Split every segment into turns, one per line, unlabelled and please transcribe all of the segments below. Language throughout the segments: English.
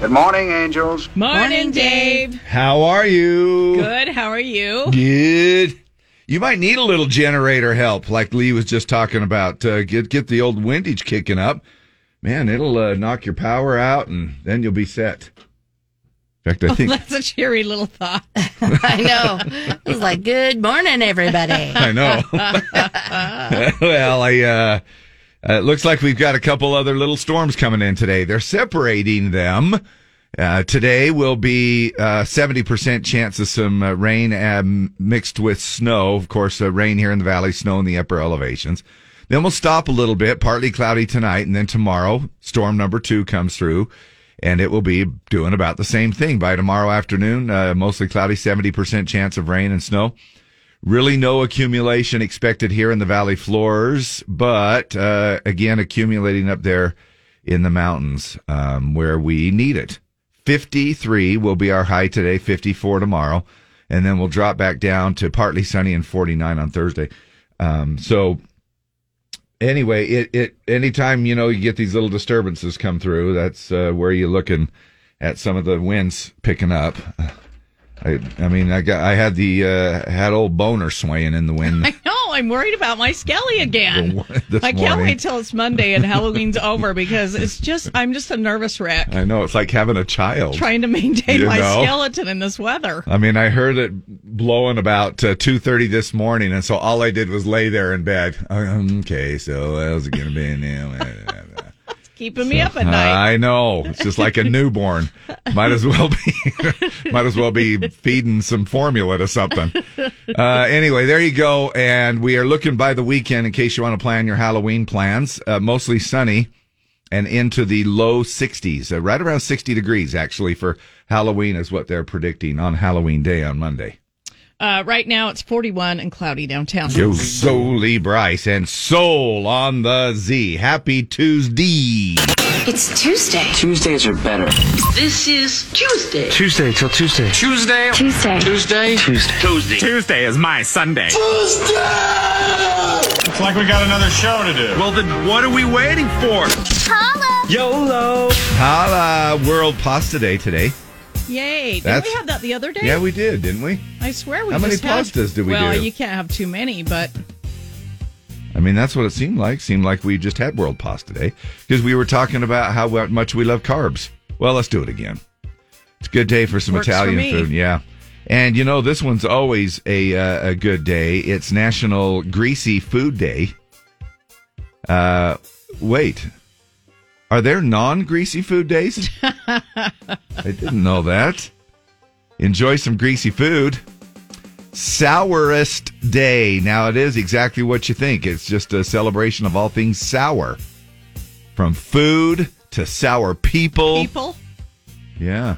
Good morning, angels.
Morning, Dave.
How are you?
Good. How are you?
Good. You might need a little generator help, like Lee was just talking about. Uh, get get the old windage kicking up, man. It'll uh, knock your power out, and then you'll be set. In fact, I think
Oh, That's a cheery little thought.
I know. It's like, good morning, everybody.
I know. well, I uh, uh, it looks like we've got a couple other little storms coming in today. They're separating them. Uh, today will be uh, 70% chance of some uh, rain um, mixed with snow. Of course, uh, rain here in the valley, snow in the upper elevations. Then we'll stop a little bit, partly cloudy tonight, and then tomorrow, storm number two comes through, and it will be doing about the same thing by tomorrow afternoon. Uh, mostly cloudy, 70% chance of rain and snow. Really, no accumulation expected here in the valley floors, but uh, again, accumulating up there in the mountains um, where we need it. 53 will be our high today, 54 tomorrow, and then we'll drop back down to partly sunny and 49 on Thursday. Um, so, anyway, it, it anytime you know you get these little disturbances come through, that's uh, where you're looking at some of the winds picking up. I, I mean, I got, I had the, uh, had old boner swaying in the wind.
I know. I'm worried about my Skelly again.
This
I can't
morning.
wait till it's Monday and Halloween's over because it's just I'm just a nervous wreck
I know it's like having a child.
trying to maintain
You
my
know.
skeleton in this weather.
I mean, I heard it blowing about uh, two thirty this morning, and so all I did was lay there in bed. Um, Okay, so how's it gonna be now?
It's keeping me up at night.
I know it's just like a newborn. Might as well be, might as well be feeding some formula to something. Uh, anyway, there you go, and we are looking by the weekend in case you want to plan your Halloween plans. Uh, mostly sunny and into the low 60s, uh, right around 60 degrees actually for Halloween is what they're predicting on Halloween Day on Monday.
Uh, right now it's 41 and cloudy downtown.
Yo, Zoe Bryce and Soul on the Z. Happy Tuesday.
It's Tuesday.
Tuesdays are better.
This is Tuesday.
Tuesday till Tuesday.
Tuesday.
Tuesday.
Tuesday. Tuesday. Tuesday.
Tuesday is my Sunday.
It's like we got another show to do.
Well, then what are we waiting for? YOLO!
Holla, World Pasta Day today.
Yay! Did
That's-
we have that the other day?
Yeah, we did, didn't we?
I swear we.
How many
just had-
pastas did we
well,
do?
you can't have too many, but
I mean, that's what it seemed like. Seemed like we just had World Pasta Day because we were talking about how much we love carbs. Well, let's do it again. It's a good day for some
Works for
Italian
me.
food. Yeah. And you know, this one's always a, uh, a good day. It's National Greasy Food Day. Uh, wait. Are there non greasy food days? I didn't know that. Enjoy some greasy food. Sourest Day. Now, it is exactly what you think. It's just a celebration of all things sour. From food to sour people.
people.
Yeah.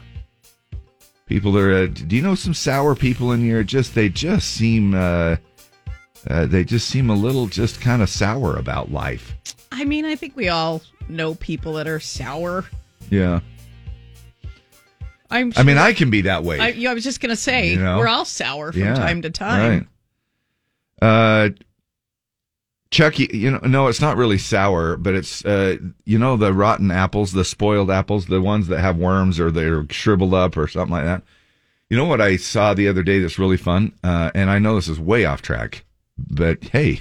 People are. Uh, do you know some sour people in here? Just they just seem. Uh, uh, they just seem a little just kind of sour about life.
I mean, I think we all know people that are sour.
Yeah.
I'm.
I mean, I can be that way.
I, yeah, I was just gonna say
You know?
we're all sour from
Yeah,
time to time.
Right. Uh, Chucky, you know, no, it's not really sour, but it's uh, you know, the rotten apples, the spoiled apples, the ones that have worms or they're shriveled up or something like that. You know what I saw the other day that's really fun, uh, and I know this is way off track, but hey,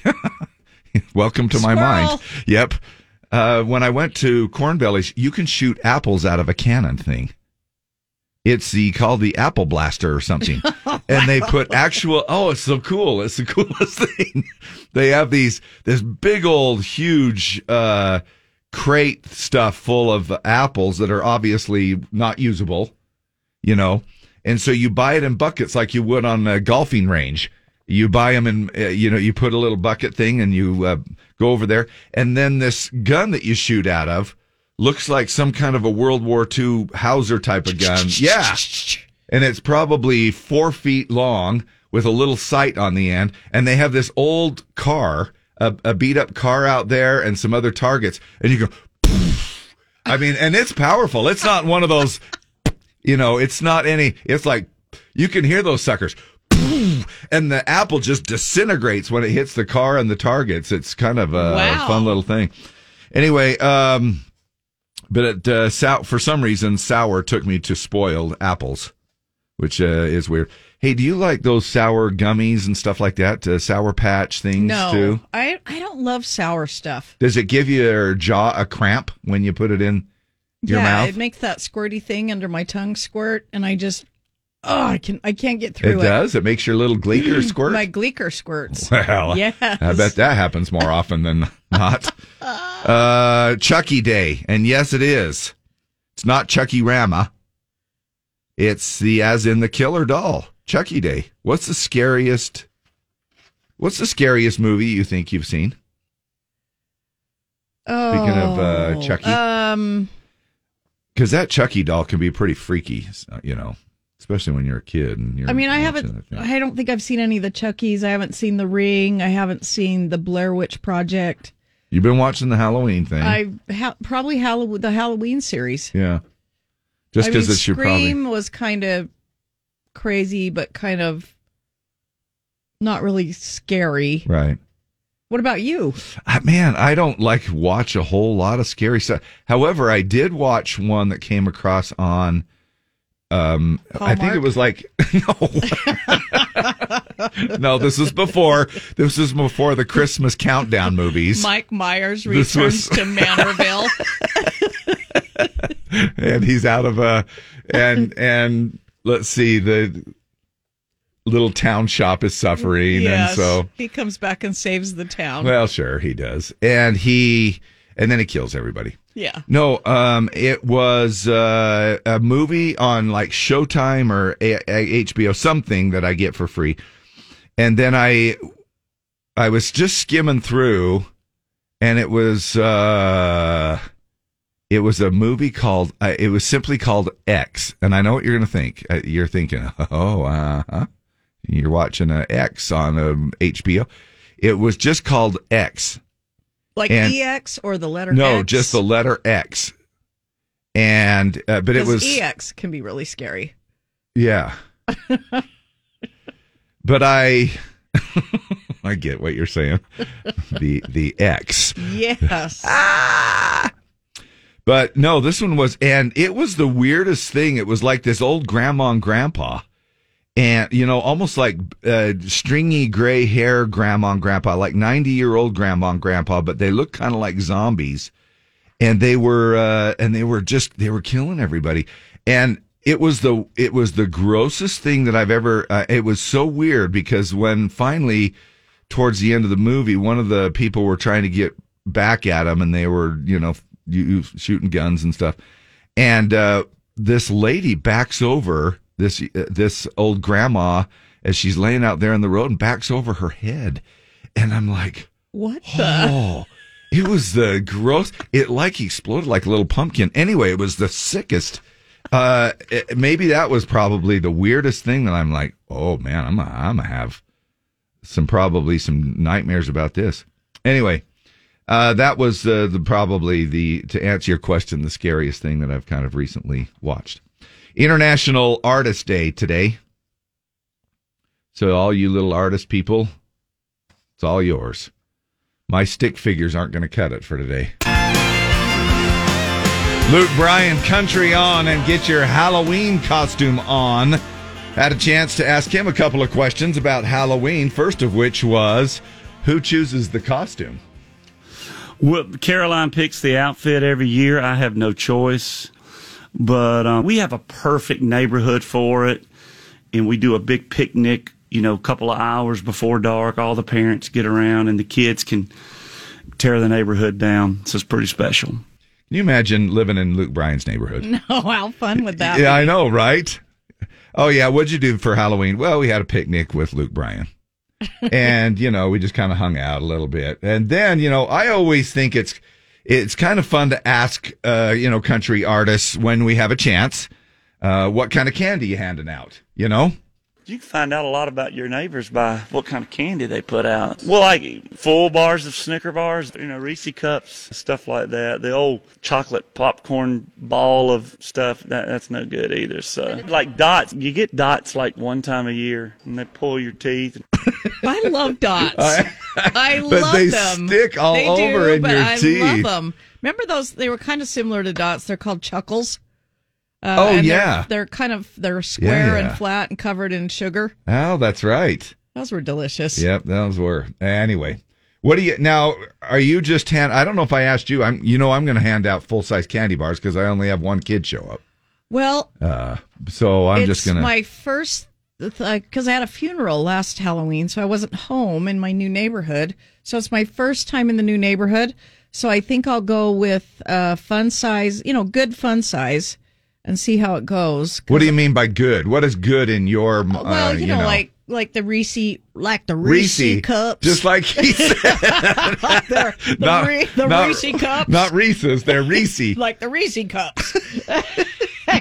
welcome to my mind.
Squirrel.
Yep. Uh, when I went to Corn Bellies, you can shoot apples out of a cannon thing. It's the called the Apple Blaster or something. and they put actual oh, it's so cool. It's the coolest thing. they have these this big old huge uh crate stuff full of apples that are obviously not usable, you know. And so you buy it in buckets like you would on a golfing range. You buy them in, uh, you know, you put a little bucket thing and you uh, go over there. And then this gun that you shoot out of looks like some kind of a World War II Hauser type of gun. Yeah. And it's probably four feet long with a little sight on the end. And they have this old car, a, a beat up car out there and some other targets. And you go, I mean, and it's powerful. It's not one of those, you know, it's not any, it's like you can hear those suckers. And the apple just disintegrates when it hits the car and the targets. It's kind of a
Wow.
fun little thing. Anyway, um, But it, uh, sou- for some reason, sour took me to spoiled apples, which uh, is weird. Hey, do you like those sour gummies and stuff like that? Uh, sour patch things
No,
too?
I I don't love sour stuff.
Does it give your jaw a cramp when you put it in your
yeah,
mouth?
it makes that squirty thing under my tongue squirt, and I just oh, I can I can't get through it.
does. It makes your little gleeker squirt.
My Gleeker squirts.
Well,
yes.
I bet that happens more often than not. Uh, Chucky Day, and yes, it is. It's not Chucky Rama. It's the as in the killer doll. Chucky Day. What's the scariest? What's the scariest movie you think you've seen?
Oh,
Speaking of, uh, Chucky.
Um,
Because that Chucky doll can be pretty freaky, uh, you know, especially when you're a kid. And you're
I mean, I
watching
haven't.
that thing.
I don't think I've seen any of the Chuckies. I haven't seen The Ring. I haven't seen the Blair Witch Project.
You've been watching the Halloween thing.
I ha- probably Halloween, the Halloween series.
yeah. Just
I mean,
because it's your probably.
Scream was kind of crazy, but kind of not really scary.
Right.
What about you?
Ah, Man, I don't like watch a whole lot of scary stuff. However, I did watch one that came across on. Um, I think it
Hallmark?
was like no, no. This was before. This was before the Christmas countdown movies,
Mike Myers
This was-
returns to Manorville.
and he's out of a and and let's see the little town shop is suffering,
yes,
and so
he comes back and saves the town.
well, sure he does, and he and then he kills everybody.
yeah.
No, um, it was uh, a movie on like Showtime or a- a- HBO, something that I get for free, and then I, I was just skimming through, and it was, uh, it was a movie called, uh, it was simply called X, and I know what you're gonna think. Uh, You're thinking, oh, uh huh, you're watching a X on um, HBO. It was just called X,
Like
And-
EX or the letter
no,
X?
just the letter X. And uh, but it
'Cause
was
EX E can be really scary.
yeah. but I I get what you're saying. the the X.
Yes.
Ah! But no, this one was, and it was the weirdest thing. It was like this old grandma and grandpa, and you know, almost like uh, stringy gray hair grandma and grandpa, like 90 year old grandma and grandpa, but they look kind of like zombies. And they were, uh, and they were just, they were killing everybody. And it was the, it was the grossest thing that I've ever, uh, it was so weird because when finally, towards the end of the movie, one of the people were trying to get back at him, and they were, you know, you, you shooting guns and stuff. And uh, this lady backs over this uh, this old grandma as she's laying out there in the road, and backs over her head. And I'm like,
what the?
oh, it was the gross. It like exploded like a little pumpkin. Anyway, it was the sickest. Uh, it- maybe that was probably the weirdest thing that I'm like, oh man, I'm i I'm gonna have some probably some nightmares about this. Anyway, uh, that was uh, the probably the to answer your question, the scariest thing that I've kind of recently watched. International Artist Day today. So all you little artist people, it's all yours. My stick figures aren't going to cut it for today. Luke Bryan, country on and get your Halloween costume on. Had a chance to ask him a couple of questions about Halloween, first of which was who chooses the costume?
Well, Caroline picks the outfit every year. I have no choice, but um, we have a perfect neighborhood for it, and we do a big picnic. You know, a couple of hours before dark, all the parents get around, and the kids can tear the neighborhood down. So it's pretty special.
Can you imagine living in Luke Bryan's neighborhood?
Oh, how fun would that
Yeah,
be?
I know, right? Oh yeah, what'd you do for Halloween? Well, we had a picnic with Luke Bryan. and, you know, we just kind of hung out a little bit. And then, you know, I always think it's it's kind of fun to ask uh, you know, country artists when we have a chance, uh, what kind of candy you handing out, you know?
You can find out a lot about your neighbors by what kind of candy they put out. Well, like full bars of Snicker bars, you know, Reese cups, stuff like that. The old chocolate popcorn ball of stuff that, that's no good either. So, like dots, you get dots like one time a year, and they pull your teeth.
I love dots. I
But
love
they
them.
stick all
They
over
do,
in
but
your
I
teeth.
love them. Remember those? They were kind of similar to dots. They're called chuckles. Uh,
Oh,
and they're-
yeah.
they're, kind of they're square
yeah.
and flat and covered in sugar.
Oh, that's right.
Those were delicious.
Yep, those were. Anyway, what do you now? Are you just hand? I don't know if I asked you. I'm. You know, I'm going to hand out full size candy bars because I only have one kid show up.
Well,
Uh, so I'm
it's
just going to.
my first because I had a funeral last Halloween, so I wasn't home in my new neighborhood. So it's my first time in the new neighborhood. So I think I'll go with uh, fun size, you know, good fun size, and see how it goes.
What do you mean by good? What is good in your? Uh,
Well, you, know, like like the Reese, like the Reese,
Reese
cups,
just like he said,
the, the,
not-
Re- the
not-
Reese cups,
not Reese's. They're Reese.
like the Reese cups,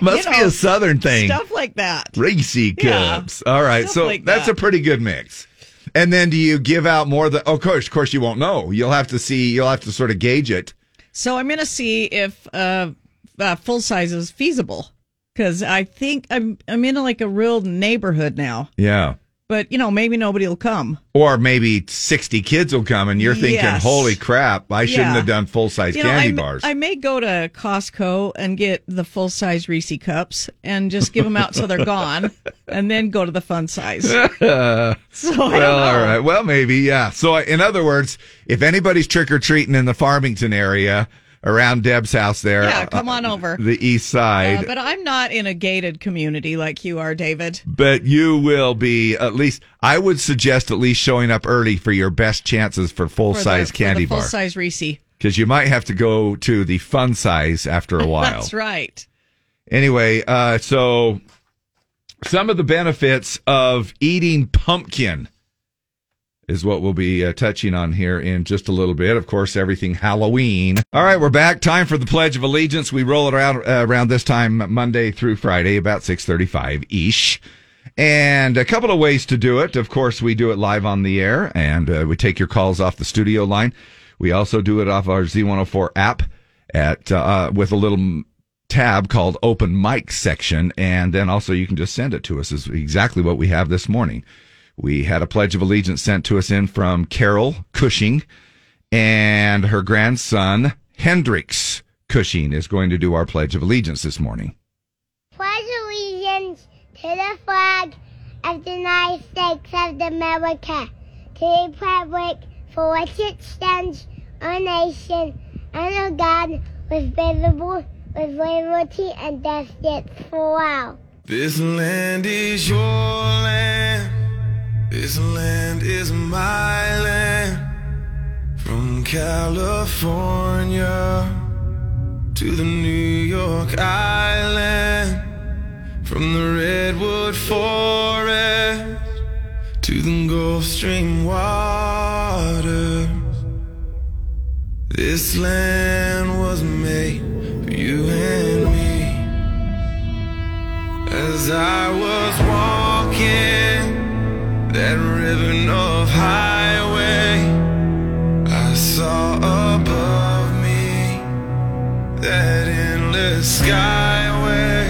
Must
you
be
know,
a Southern thing.
stuff like that.
Reese
Yeah,
cups. All right,
stuff
so
like
that's
that.
a pretty good mix. And then do you give out more than? oh, Of course, of course, you won't know. You'll have to see. You'll have to sort of gauge it.
So I'm gonna see if uh, uh full size is feasible because I think I'm I'm in like a real neighborhood now,
Yeah.
but you know maybe nobody will come.
Or maybe sixty kids will come, and you're thinking,
Yes.
"Holy crap! I shouldn't
Yeah.
have done full size
You know,
candy
I,
bars."
I may go to Costco and get the full size Reese cups and just give them out till they're gone, and then go to the fun size. so I don't
well,
know.
all right. Well, maybe, yeah. So, I- in other words, if anybody's trick or treating in the Farmington area around Deb's house, there, uh,
Yeah, come on over.
the east side,
Uh, but I'm not in a gated community like you are, David.
But you will be at least. I would suggest at least showing up early for your best chances for full size candy
full
bar
size Reese.
because you might have to go to the fun size after a while.
That's right.
Anyway, uh, so some of the benefits of eating pumpkin is what we'll be uh, touching on here in just a little bit. Of course, everything Halloween. All right, we're back. Time for the Pledge of Allegiance. We roll it around uh, around this time Monday through Friday, about six thirty-five ish. And a couple of ways to do it. Of course, we do it live on the air, and uh, we take your calls off the studio line. We also do it off our Z104 app at uh, with a little tab called open mic section and then also you can just send it to us is exactly what we have this morning we had a pledge of allegiance sent to us in from carol cushing and her grandson hendrix cushing is going to do our pledge of allegiance this morning
pledge allegiance to the flag of the United States of America, to the republic for which it stands, a nation, under God, with visible, with liberty and justice for all.
This land is your land. This land is my land. From California to the New York Island. From the Redwood Forest to the Gulf Stream waters. This land was made for you and me. As I was walking that river of highway, I saw above me that endless skyway.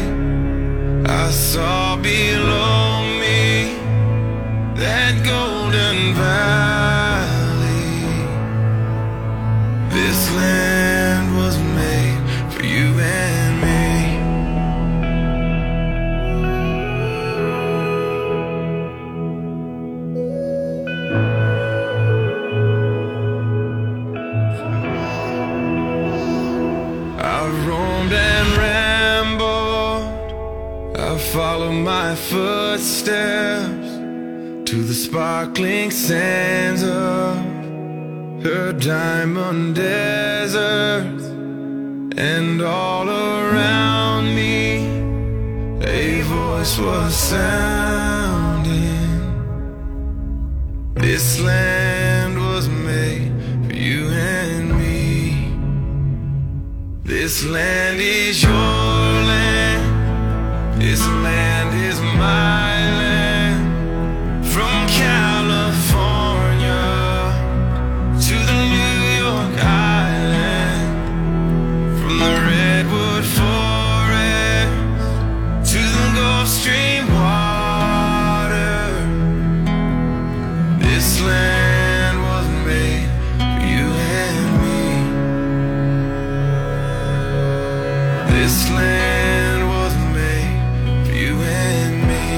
I saw below me that golden valley. This land was made for you and me. I've roamed and rambled. I follow my footsteps to the sparkling sands of her diamond deserts, and all around me a voice was sounding. This land was made for you and me. This land is your land. This land is my land. From California to the New York Island. From the Redwood Forest to the Gulf Stream water. This land was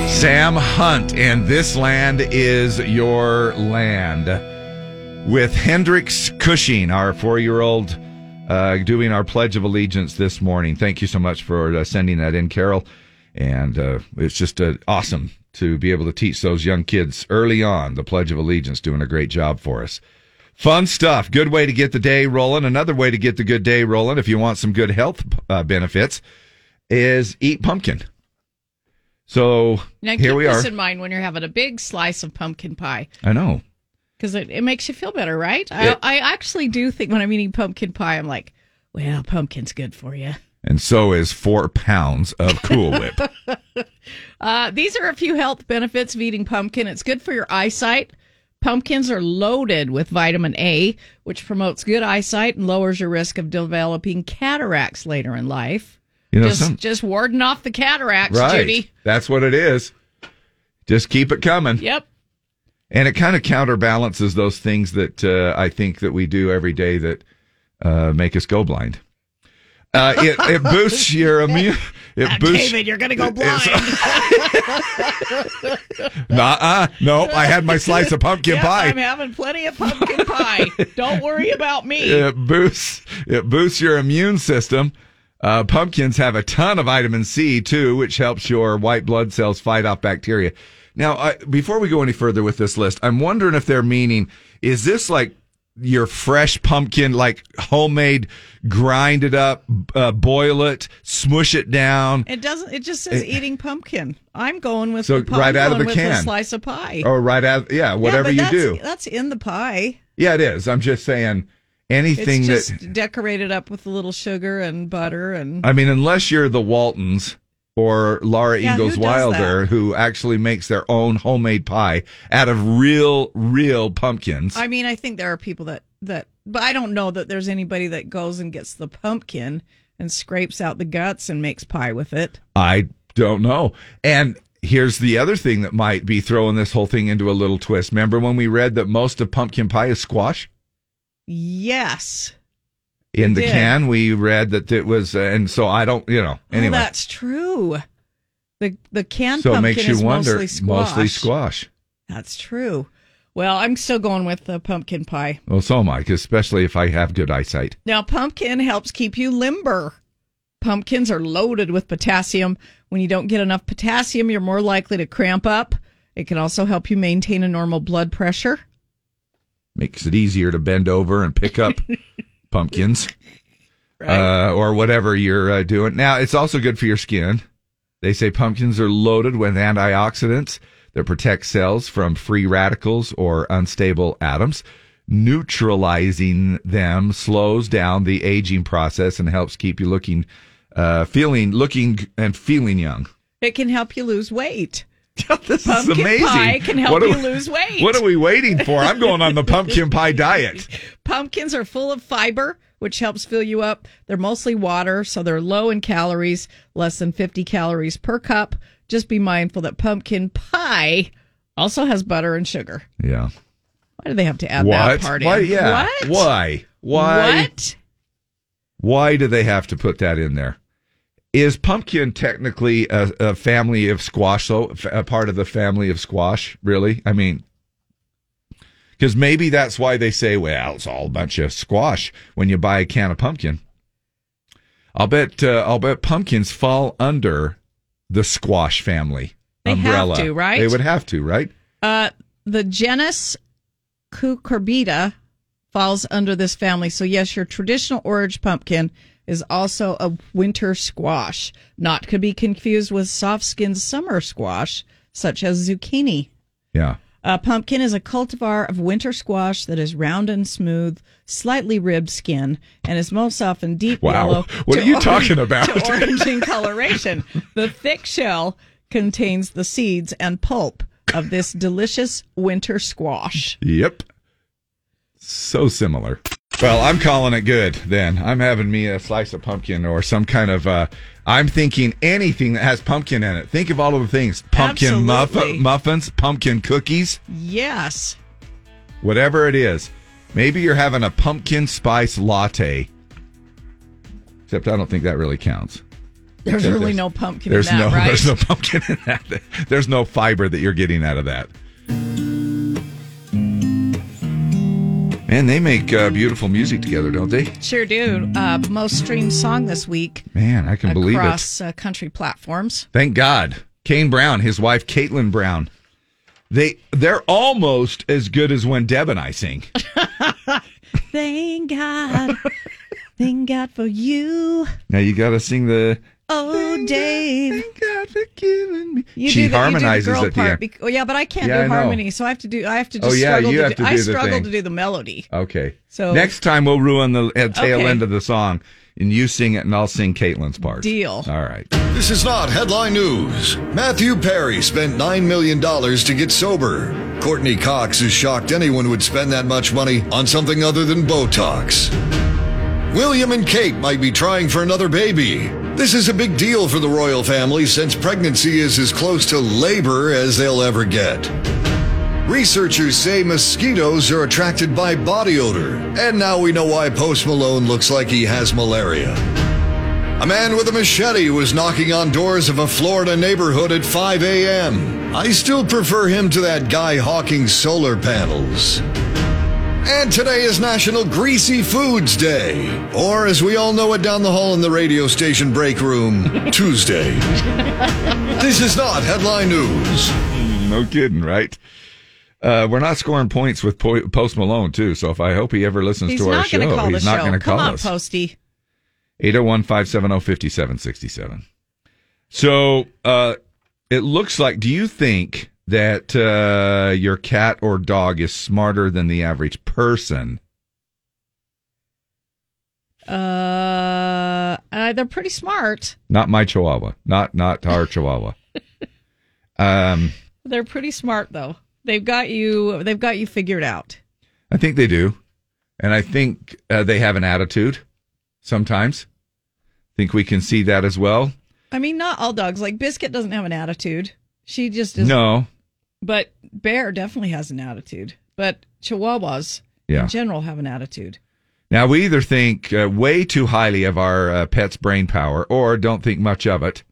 Sam Hunt, and This Land Is Your Land. With Hendrix Cushing, our four year old, uh, doing our Pledge of Allegiance this morning. Thank you so much for uh, sending that in, Carol. And uh, it's just uh, awesome to be able to teach those young kids early on the Pledge of Allegiance, doing a great job for us. Fun stuff. Good way to get the day rolling. Another way to get the good day rolling, if you want some good health uh, benefits, is eat pumpkin. So
Now,
here
keep
we are.
this in mind when you're having a big slice of pumpkin pie
I know.
because it, it makes you feel better, right? I,
It-
I actually do think when I'm eating pumpkin pie, I'm like, well, pumpkin's good for you.
And so is four pounds of Cool Whip.
Uh, these are a few health benefits of eating pumpkin. It's good for your eyesight. Pumpkins are loaded with vitamin A, which promotes good eyesight and lowers your risk of developing cataracts later in life.
You know,
just,
some-
just warding off the cataracts,
right.
Judy.
That's what it is. Just keep it coming.
Yep.
and it kind of counterbalances those things that uh, I think that we do every day that uh, make us go blind. Uh, it, it boosts your immune. It boosts.
David, you're going to go blind.
Nuh-uh. Nope. I had my slice of pumpkin
Yep,
pie.
I'm having plenty of pumpkin pie. Don't worry about me.
It boosts. It boosts your immune system. Uh, pumpkins have a ton of vitamin C too, which helps your white blood cells fight off bacteria. Now, I, before we go any further with this list, I'm wondering if they're meaning is this like your fresh pumpkin, like homemade, grind it up, uh, boil it, smush it down,
It doesn't. It just says eating pumpkin. I'm going with
So,
the pie.
right out
I'm
of
going
the
with
can.
slice of pie.
or right out, yeah, whatever
yeah,
you
but
do.
that's- That's in the pie.
Yeah, it is. I'm just saying anything
It's just
that
decorated up with a little sugar and butter and
I mean, unless you're the Waltons or Laura
Yeah, who
Ingalls
does
Wilder, who actually makes their own homemade pie out of real, real pumpkins.
I mean I think there are people that that but I don't know that there's anybody that goes and gets the pumpkin and scrapes out the guts and makes pie with it.
I don't know. And here's the other thing that might be throwing this whole thing into a little twist. Remember when we read that most of pumpkin pie is squash?
Yes.
In the
We did.
can, we read that it was, uh, and so I don't, you know,
Oh,
anyway.
that's true. The the canned
so it
pumpkin
makes you
is
wonder.
mostly squash.
Mostly squash.
That's true. Well, I'm still going with the pumpkin pie.
Well, so am I, 'cause especially if I have good eyesight.
Now, pumpkin helps keep you limber. Pumpkins are loaded with potassium. When you don't get enough potassium, you're more likely to cramp up. It can also help you maintain a normal blood pressure.
makes it easier to bend over and pick up pumpkins uh, or whatever you're uh, doing. Now, it's also good for your skin. They say pumpkins are loaded with antioxidants that protect cells from free radicals or unstable atoms. Neutralizing them slows down the aging process and helps keep you looking, uh, feeling, looking, and feeling young.
It can help you lose weight.
this
pumpkin
it's amazing.
pie can help
What are
you
we-
lose weight.
What are we waiting for? I'm going on the pumpkin pie diet.
Pumpkins are full of fiber, which helps fill you up. They're mostly water, so they're low in calories, less than 50 calories per cup. Just be mindful that pumpkin pie also has butter and sugar.
Yeah.
Why do they have to add that
What?
part in?
Why? Yeah.
What?
Why? Why?
What?
Why do they have to put that in there? Is pumpkin technically a, a family of squash? though? F- a part of the family of squash, really? I mean, because maybe that's why they say, "Well, it's all a bunch of squash." When you buy a can of pumpkin, I'll bet. Uh, I'll bet pumpkins fall under the squash family
They have
umbrella.
to, right?
They would have to, right?
Uh, the genus Cucurbita falls under this family. So yes, your traditional orange pumpkin is also a winter squash, not to be confused with soft-skinned summer squash such as zucchini.
Yeah.
Uh, pumpkin is a cultivar of winter squash that is round and smooth, slightly ribbed skin, and is most often deep
Wow.
yellow.
What
to
are you
orange-
talking about?
To orange in coloration. The thick shell contains the seeds and pulp of this delicious winter squash.
Yep. So similar. Well, I'm calling it good then. I'm having me a slice of pumpkin or some kind of uh I'm thinking anything that has pumpkin in it. Think of all of the things. Pumpkin
Absolutely.
muff- muffins, pumpkin cookies,
Yes.
whatever it is. Maybe you're having a pumpkin spice latte. Except I don't think that really counts.
There's really no pumpkin
There's
in that,
no,
right?
there's no pumpkin in that. There's no fiber that you're getting out of that. Man, they make uh, beautiful music together, don't they?
Sure do. Uh, most streamed song this week
Man, I can believe it.
across uh, country platforms.
Thank God. Kane Brown, his wife Caitlin Brown. They they're almost as good as when Deb and I sing.
Thank God. Thank God for you.
Now you got to sing the.
Oh, Dave.
Thank God for giving me.
You
she
do the,
harmonizes
you do the girl
at the
part
end.
bec- oh, yeah, but I can't
Yeah, I
do
know.
harmony, so I have to do. I have to
Oh,
just
yeah,
struggle
you
to
have
do,
to
I
do the
struggle
thing.
to do the melody.
Okay.
So-
next time we'll ruin the uh, tail
Okay.
end of the song, and you sing it, and I'll sing Caitlin's part.
Deal.
All right.
This is not headline news. Matthew Perry spent $9 million to get sober. Courtney Cox is shocked anyone would spend that much money on something other than Botox. William and Kate might be trying for another baby. This is a big deal for the royal family since pregnancy is as close to labor as they'll ever get. Researchers say mosquitoes are attracted by body odor, and now we know why Post Malone looks like he has malaria. A man with a machete was knocking on doors of a Florida neighborhood at 5 a.m. I still prefer him to that guy hawking solar panels. And today is National Greasy Foods Day, or as we all know it down the hall in the radio station break room, Tuesday. this is not headline news.
No kidding, right? Uh, we're not scoring points with po- Post Malone too. So if I hope he ever listens
He's
to our
not
show,
going to call
he's
the
not
show.
going to call
Come on,
us.
Posty.
801 570 5767. So uh, it looks like, do you think that uh, your cat or dog is smarter than the average person?
Uh, uh, they're pretty smart.
Not my chihuahua, not not our chihuahua. Um,
They're pretty smart though. They've got you. They've got you figured out.
I think they do. And I think uh, they have an attitude sometimes. I think we can see that as well.
I mean, not all dogs. Like Biscuit doesn't have an attitude. She just is.
No,
But Bear definitely has an attitude. But Chihuahuas
Yeah.
in general have an attitude.
Now, we either think uh, way too highly of our uh, pet's brain power or don't think much of it.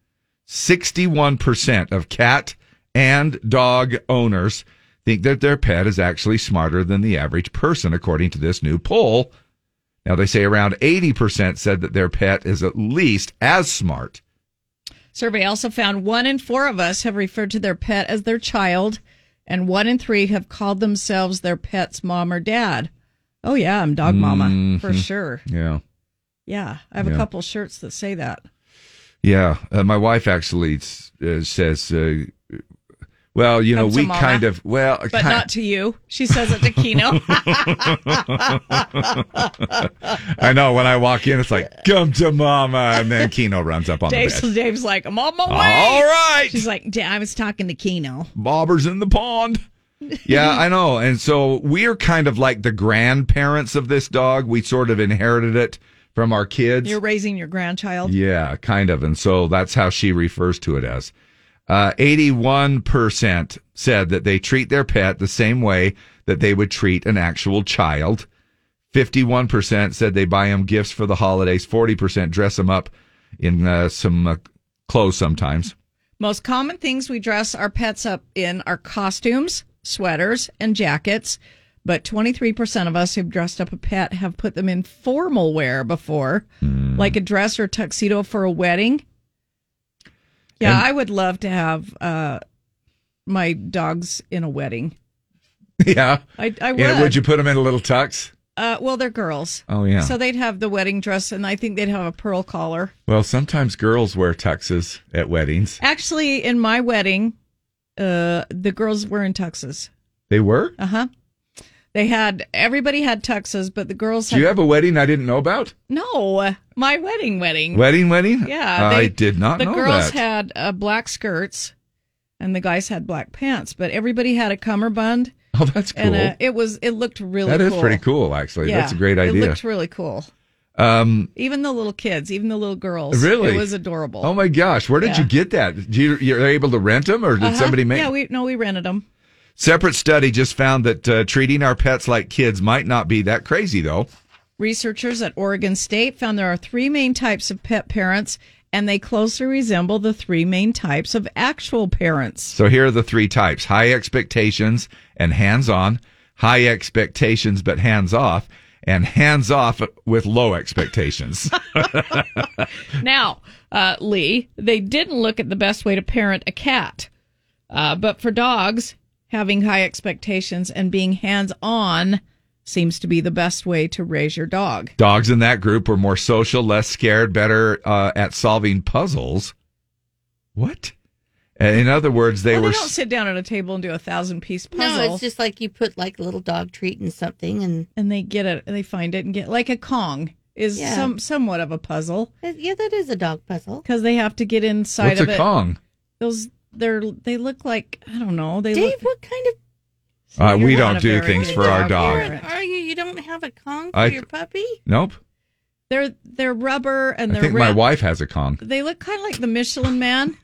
61% of cat and dog owners think that their pet is actually smarter than the average person, according to this new poll. Now, they say around 80% said that their pet is at least as smart.
Survey also found one in four of us have referred to their pet as their child, and one in three have called themselves their pet's mom or dad. Oh yeah, I'm dog mama for
Mhm.
sure.
Yeah.
Yeah, I have
Yeah.
a couple shirts that say that.
Yeah, uh, my wife actually s- uh, says, uh, "Well, you know,
Come to
we
mama.
kind of well,
But
kind-
not to you. She says it to Kino.
I know when I walk in, it's like, "Come to mama," and then Kino runs up on
Dave's,
the bed.
Dave's like, I'm on my way.
All right.
She's like, "Da- I was talking to Kino.
Bobber's in the pond. Yeah, I know. And so we're kind of like the grandparents of this dog. We sort of inherited it from our kids.
You're raising your grandchild.
Yeah, kind of. And so that's how she refers to it as. Uh, 81% said that they treat their pet the same way that they would treat an actual child. 51% said they buy him gifts for the holidays. 40% dress him up in uh, some uh, clothes sometimes.
Most common things we dress our pets up in are costumes, sweaters, and jackets. But 23% of us who've dressed up a pet have put them in formal wear before,
Hmm.
like a dress or tuxedo for a wedding. Yeah,
And-
I would love to have uh, my dogs in a wedding.
yeah.
I, I would.
yeah. Would you put him in a little tux?
Uh, well, they're girls.
Oh, yeah.
So they'd have the wedding dress, and I think they'd have a pearl collar.
Well, sometimes girls wear tuxes at weddings.
Actually, in my wedding, uh, the girls were in tuxes.
They were?
Uh huh. They had everybody had tuxes, but the girls
Do
had
you have a wedding I didn't know about?
no. My wedding, wedding,
Wedding, wedding?
Yeah,
I
they-
did not
The
know
girls
that.
had uh, black skirts, and the guys had black pants. But everybody had a cummerbund,
oh, that's cool.
and uh it was it looked really.
That is
cool.
pretty cool, actually.
Yeah,
That's a great idea.
It looked really cool.
um,
Even the little kids, even the little girls.
Really?
it was adorable.
oh my gosh, where did
Yeah.
you get that? Do you, you're able to rent them, or did
Uh-huh.
somebody make?
Yeah, we no, we rented them.
Separate study just found that uh, treating our pets like kids might not be that crazy, though.
Researchers at Oregon State found there are three main types of pet parents, and they closely resemble the three main types of actual parents.
So here are the three types high expectations and hands on, high expectations but hands off, and hands off with low expectations.
Now, uh, Lee, they didn't look at the best way to parent a cat, uh, but for dogs,
Having high expectations and being hands on seems to be the best way to raise your dog.
Dogs in that group were more social, less scared, better uh, at solving puzzles. What? In other words, they
Well,
were
they don't sit down at a table and do a thousand piece puzzle.
No, it's just like you put like a little dog treat in something, and
and they get it, they find it, and get like a Kong is
Yeah.
some somewhat of a puzzle.
uh, yeah, that is a dog puzzle
because they have to get inside
What's
of
a
it.
Kong?
Those they're they look like I don't know. They
Dave,
look,
what kind of
Uh, we
You're not
don't
a
do
very
things
good
for our
dog
dog.
parent.
are you? You don't have a Kong for
I-
your puppy?
Nope.
They're they're rubber
I
and they're
think my
round.
wife has a Kong.
They look kind of like the Michelin Man.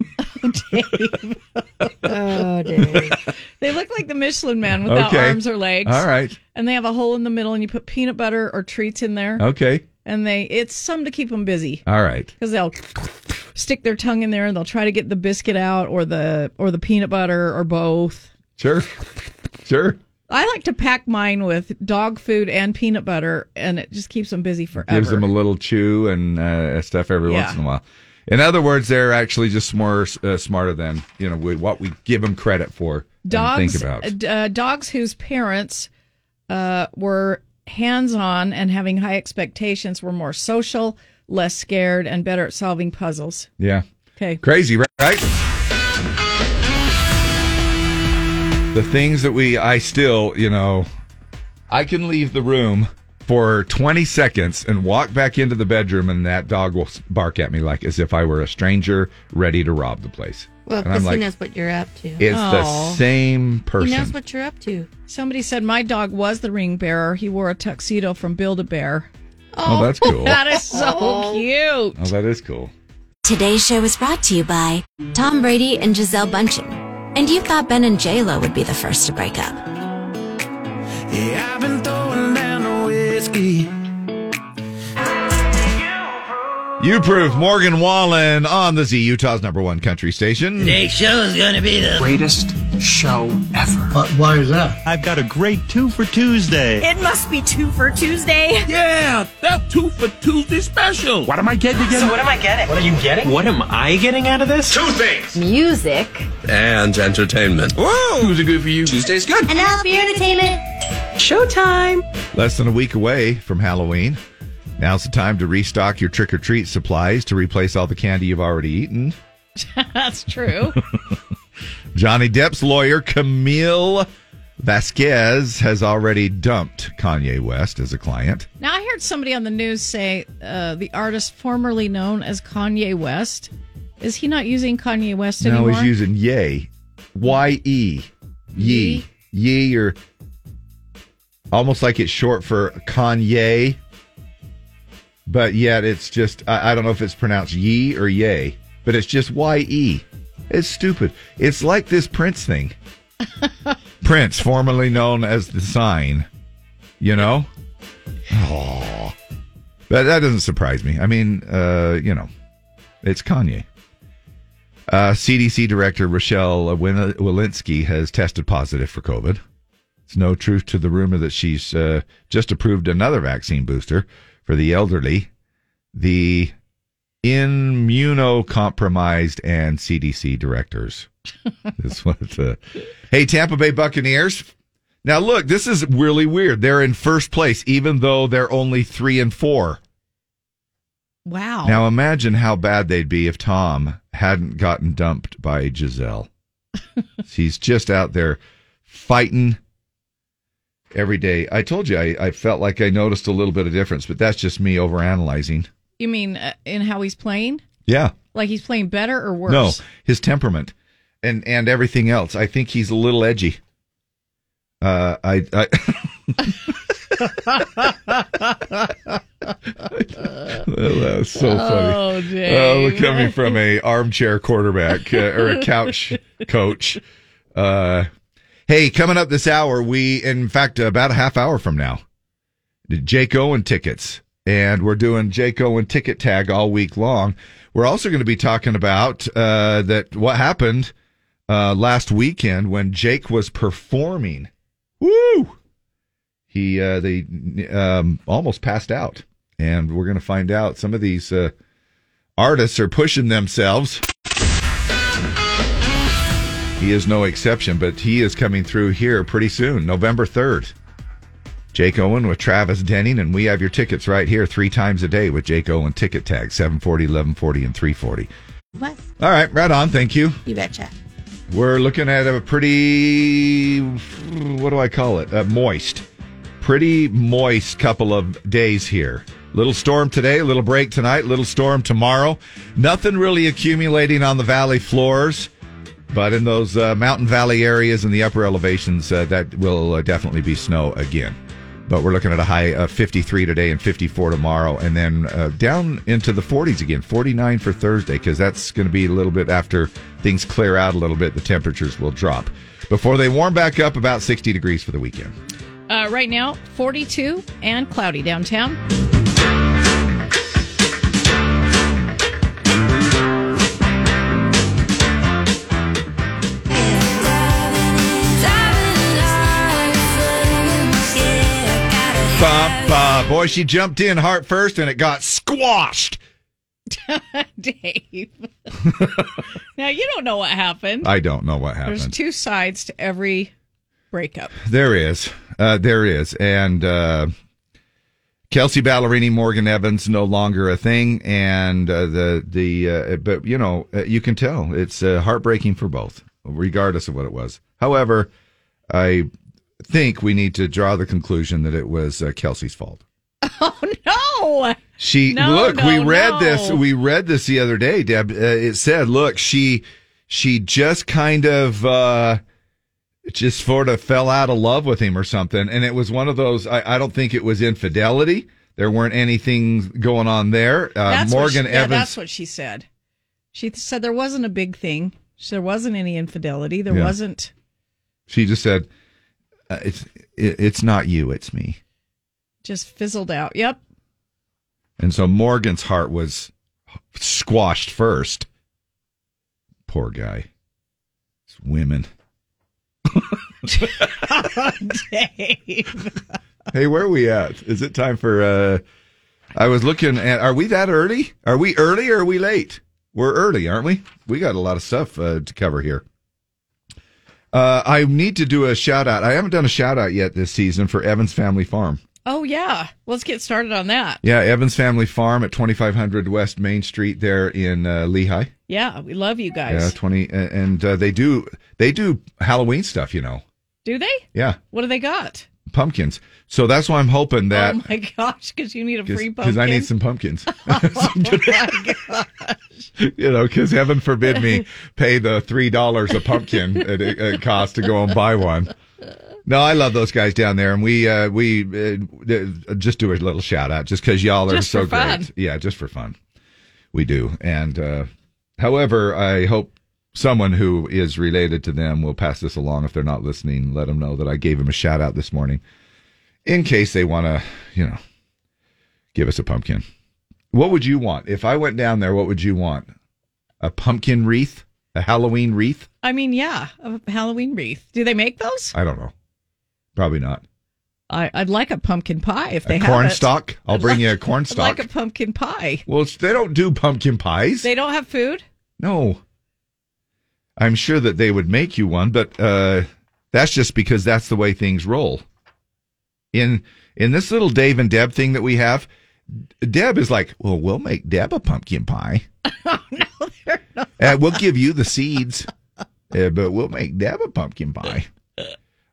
oh, Dave.
They look like the Michelin Man without
Okay.
arms or legs.
All right.
And they have a hole in the middle, and you put peanut butter or treats in there.
Okay.
And they it's some to keep them busy.
All right.
because they'll stick their tongue in there and they'll try to get the biscuit out or the or the peanut butter or both.
Sure. Sure.
I like to pack mine with dog food and peanut butter, and it just keeps them busy forever.
Gives them a little chew and uh, stuff every
Yeah.
once in a while. In other words, they're actually just more uh, smarter than you know we, what we give them credit for. and
dogs,
think about.
Uh, dogs whose parents uh, were hands-on and having high expectations were more social, less scared, and better at solving puzzles.
Yeah.
Okay.
Crazy, right? right? The things that we, I still, you know, I can leave the room for 20 seconds and walk back into the bedroom, and that dog will s- bark at me like as if I were a stranger ready to rob the place.
Well,
and I'm
because he
like,
knows what you're up to.
it's the same person.
He knows what you're up to.
Somebody said my dog was the ring bearer. He wore a tuxedo from Build a Bear.
Oh, that's cool.
That is so cute.
oh, that is cool.
Today's show is brought to you by Tom Brady and Giselle Bundchen. And you thought Ben and J Lo would be the first to break up,
Yeah, I've been throwing down the whiskey.
You prove Morgan Wallen on the Z, Utah's number one country station.
Today's show is going to be the
greatest show ever.
why is that? I've got a great two for Tuesday.
It must be two for Tuesday.
Yeah, that two for Tuesday special. What am I getting again?
So what am I getting?
What are you getting? What am I getting out of this? Two things.
Music.
And entertainment. Whoa! Tuesday good for you. Tuesday's good.
And up your entertainment. Showtime.
Less than a week away from Halloween. Now's the time to restock your trick or treat supplies to replace all the candy you've already eaten. Oh.
that's true.
Johnny Depp's lawyer, Camille Vasquez, has already dumped Kanye West as a client.
Now, I heard somebody on the news say uh, the artist formerly known as Kanye West. Is he not using Kanye West
Now
anymore?
he's using yay. Y E. Ye. Ye or almost like it's short for Kanye. But yet it's just I, I don't know if it's pronounced ye or yay, but it's just Y E. It's stupid. It's like this Prince thing. Prince, formerly known as the sign. You know? Oh. But that doesn't surprise me. I mean, uh, you know, it's Kanye. Uh, CDC Director Rochelle Win- Walensky has tested positive for COVID. It's no truth to the rumor that she's uh, just approved another vaccine booster for the elderly, the immunocompromised, and CDC directors. That's what. The, hey, Tampa Bay Buccaneers. Now look, this is really weird. They're in first place, even though they're only three and four.
wow.
Now imagine how bad they'd be if Tom hadn't gotten dumped by Giselle. She's just out there fighting every day. I told you I, I felt like I noticed a little bit of difference, but that's just me overanalyzing.
you mean uh, in how he's playing?
Yeah.
Like he's playing better or worse?
No, his temperament and and everything else. I think he's a little edgy. Uh, I, I Well, that was so funny.
Oh,
Oh,
Dave.
coming from a armchair quarterback uh, or a couch coach. Uh, hey, coming up this hour, we in fact about a half hour from now, the Jake Owen tickets and we're doing Jake Owen ticket tag all week long. We're also going to be talking about uh, that what happened uh, last weekend when Jake was performing. Woo! He uh, they um, almost passed out, and we're going to find out some of these uh, artists are pushing themselves. He is no exception, but he is coming through here pretty soon, November 3rd. Jake Owen with Travis Denning, and we have your tickets right here three times a day with Jake Owen ticket tag 740, 1140, and 340.
What?
All right, right on. Thank you.
You betcha.
We're looking at a pretty, what do I call it? Uh, moist. Pretty moist couple of days here. Little storm today, little break tonight, little storm tomorrow. Nothing really accumulating on the valley floors, but in those uh, mountain valley areas and the upper elevations, uh, that will uh, definitely be snow again. But we're looking at a high of 53 today and 54 tomorrow, and then uh, down into the 40s again, 49 for Thursday, because that's going to be a little bit after things clear out a little bit, the temperatures will drop. Before they warm back up, about 60 degrees for the weekend.
Uh, right now, 42 and cloudy downtown.
Bah, bah. Boy, she jumped in heart first and it got squashed.
Dave. now you don't know what happened.
I don't know what
There's
happened.
two sides to every breakup.
There is. Uh, there is. And uh, Kelsey Ballerini, Morgan Evans, no longer a thing. And uh, the, the uh, but, you know, uh, you can tell it's uh, heartbreaking for both, regardless of what it was. However, I think we need to draw the conclusion that it was uh, Kelsey's fault.
Oh,
Uh,
No.
She
No,
look.
no,
we read
no.
this. We read this the other day, Deb. Uh, it said, "Look, she she just kind of uh, just sort of fell out of love with him or something." And it was one of those. I, I don't think it was infidelity. There weren't anything going on there. Uh,
That's what
Morgan
she- yeah,
Evans.
that's what she said. She said there wasn't a big thing. She- There wasn't any infidelity. There
Yeah.
wasn't.
she just said, uh, "It's it, it's not you. It's me."
Just fizzled out. Yep.
And so Morgan's heart was squashed first. Poor guy. It's women.
Dave.
hey, where are we at? Is it time for? uh I was looking at. Are we that early? Are we early or are we late? We're early, aren't we? We got a lot of stuff uh, to cover here. Uh, I need to do a shout out. I haven't done a shout out yet this season for Evans Family Farm.
Oh yeah. Let's get started on that.
Yeah, Evans Family Farm at 2500 West Main Street there in uh, Lehigh.
Yeah. We love you guys.
Yeah, 20 a- and uh, they do they do Halloween stuff, you know.
Do they?
Yeah,
What do they got?
pumpkins. So that's why I'm hoping that
oh my gosh! Because you need a free pumpkin.
because I need some pumpkins. you know, because heaven forbid me pay the three dollars a pumpkin it, it costs to go and buy one. No, I love those guys down there, and we uh, we uh, just do a little shout out just because y'all are
Just
so
for fun.
great. Yeah, just for fun, we do. And uh, however, I hope someone who is related to them will pass this along if they're not listening. Let them know that I gave them a shout out this morning, in case they want to, you know, give us a pumpkin. What would you want? If I went down there, what would you want? A pumpkin wreath? A Halloween wreath?
I mean, yeah, a Halloween wreath. Do they make those?
I don't know. Probably not.
I, I'd like a pumpkin pie if they
a
have
corn
it.
stalk? I'll
I'd
bring
like-
you a corn
I'd like
stalk.
a pumpkin pie.
well, it's- they don't do pumpkin pies.
They don't have food.
no. I'm sure that they would make you one, but uh, that's just because that's the way things roll. In in this little Dave and Deb thing that we have, Deb is like, "Well, we'll make Deb a pumpkin pie." Uh, we'll give you the seeds, uh, but we'll make Deb a pumpkin pie.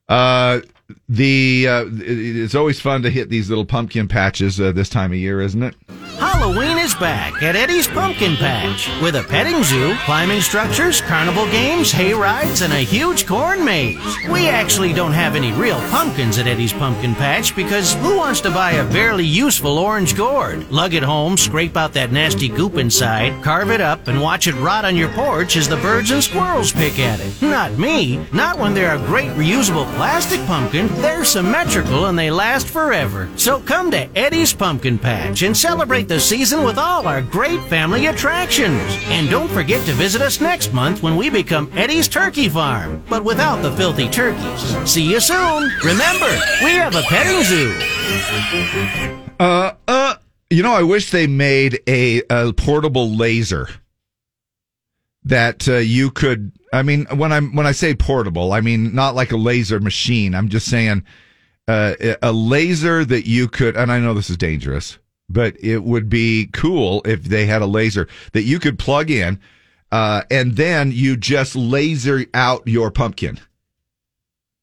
Uh, the uh, it- it's always fun to hit these little pumpkin patches uh, this time of year, isn't it?
Halloween is back at Eddie's Pumpkin Patch with a petting zoo, climbing structures, carnival games, hay rides, and a huge corn maze. We actually don't have any real pumpkins at Eddie's Pumpkin Patch because who wants to buy a barely useful orange gourd, lug it home, scrape out that nasty goop inside, carve it up, and watch it rot on your porch as the birds and squirrels pick at it? Not me. Not when there are great reusable plastic pumpkins. pumpkin, they're symmetrical and they last forever. So come to Eddie's Pumpkin Patch and celebrate the season with all our great family attractions. And don't forget to visit us next month when we become Eddie's Turkey Farm, but without the filthy turkeys. See you soon. Remember, we have a petting zoo.
Uh, uh, you know, I wish they made a, a portable laser that uh, you could. I mean, when I'm when I say portable, I mean not like a laser machine. I'm just saying uh, a laser that you could. And I know this is dangerous, but it would be cool if they had a laser that you could plug in, uh, and then you just laser out your pumpkin.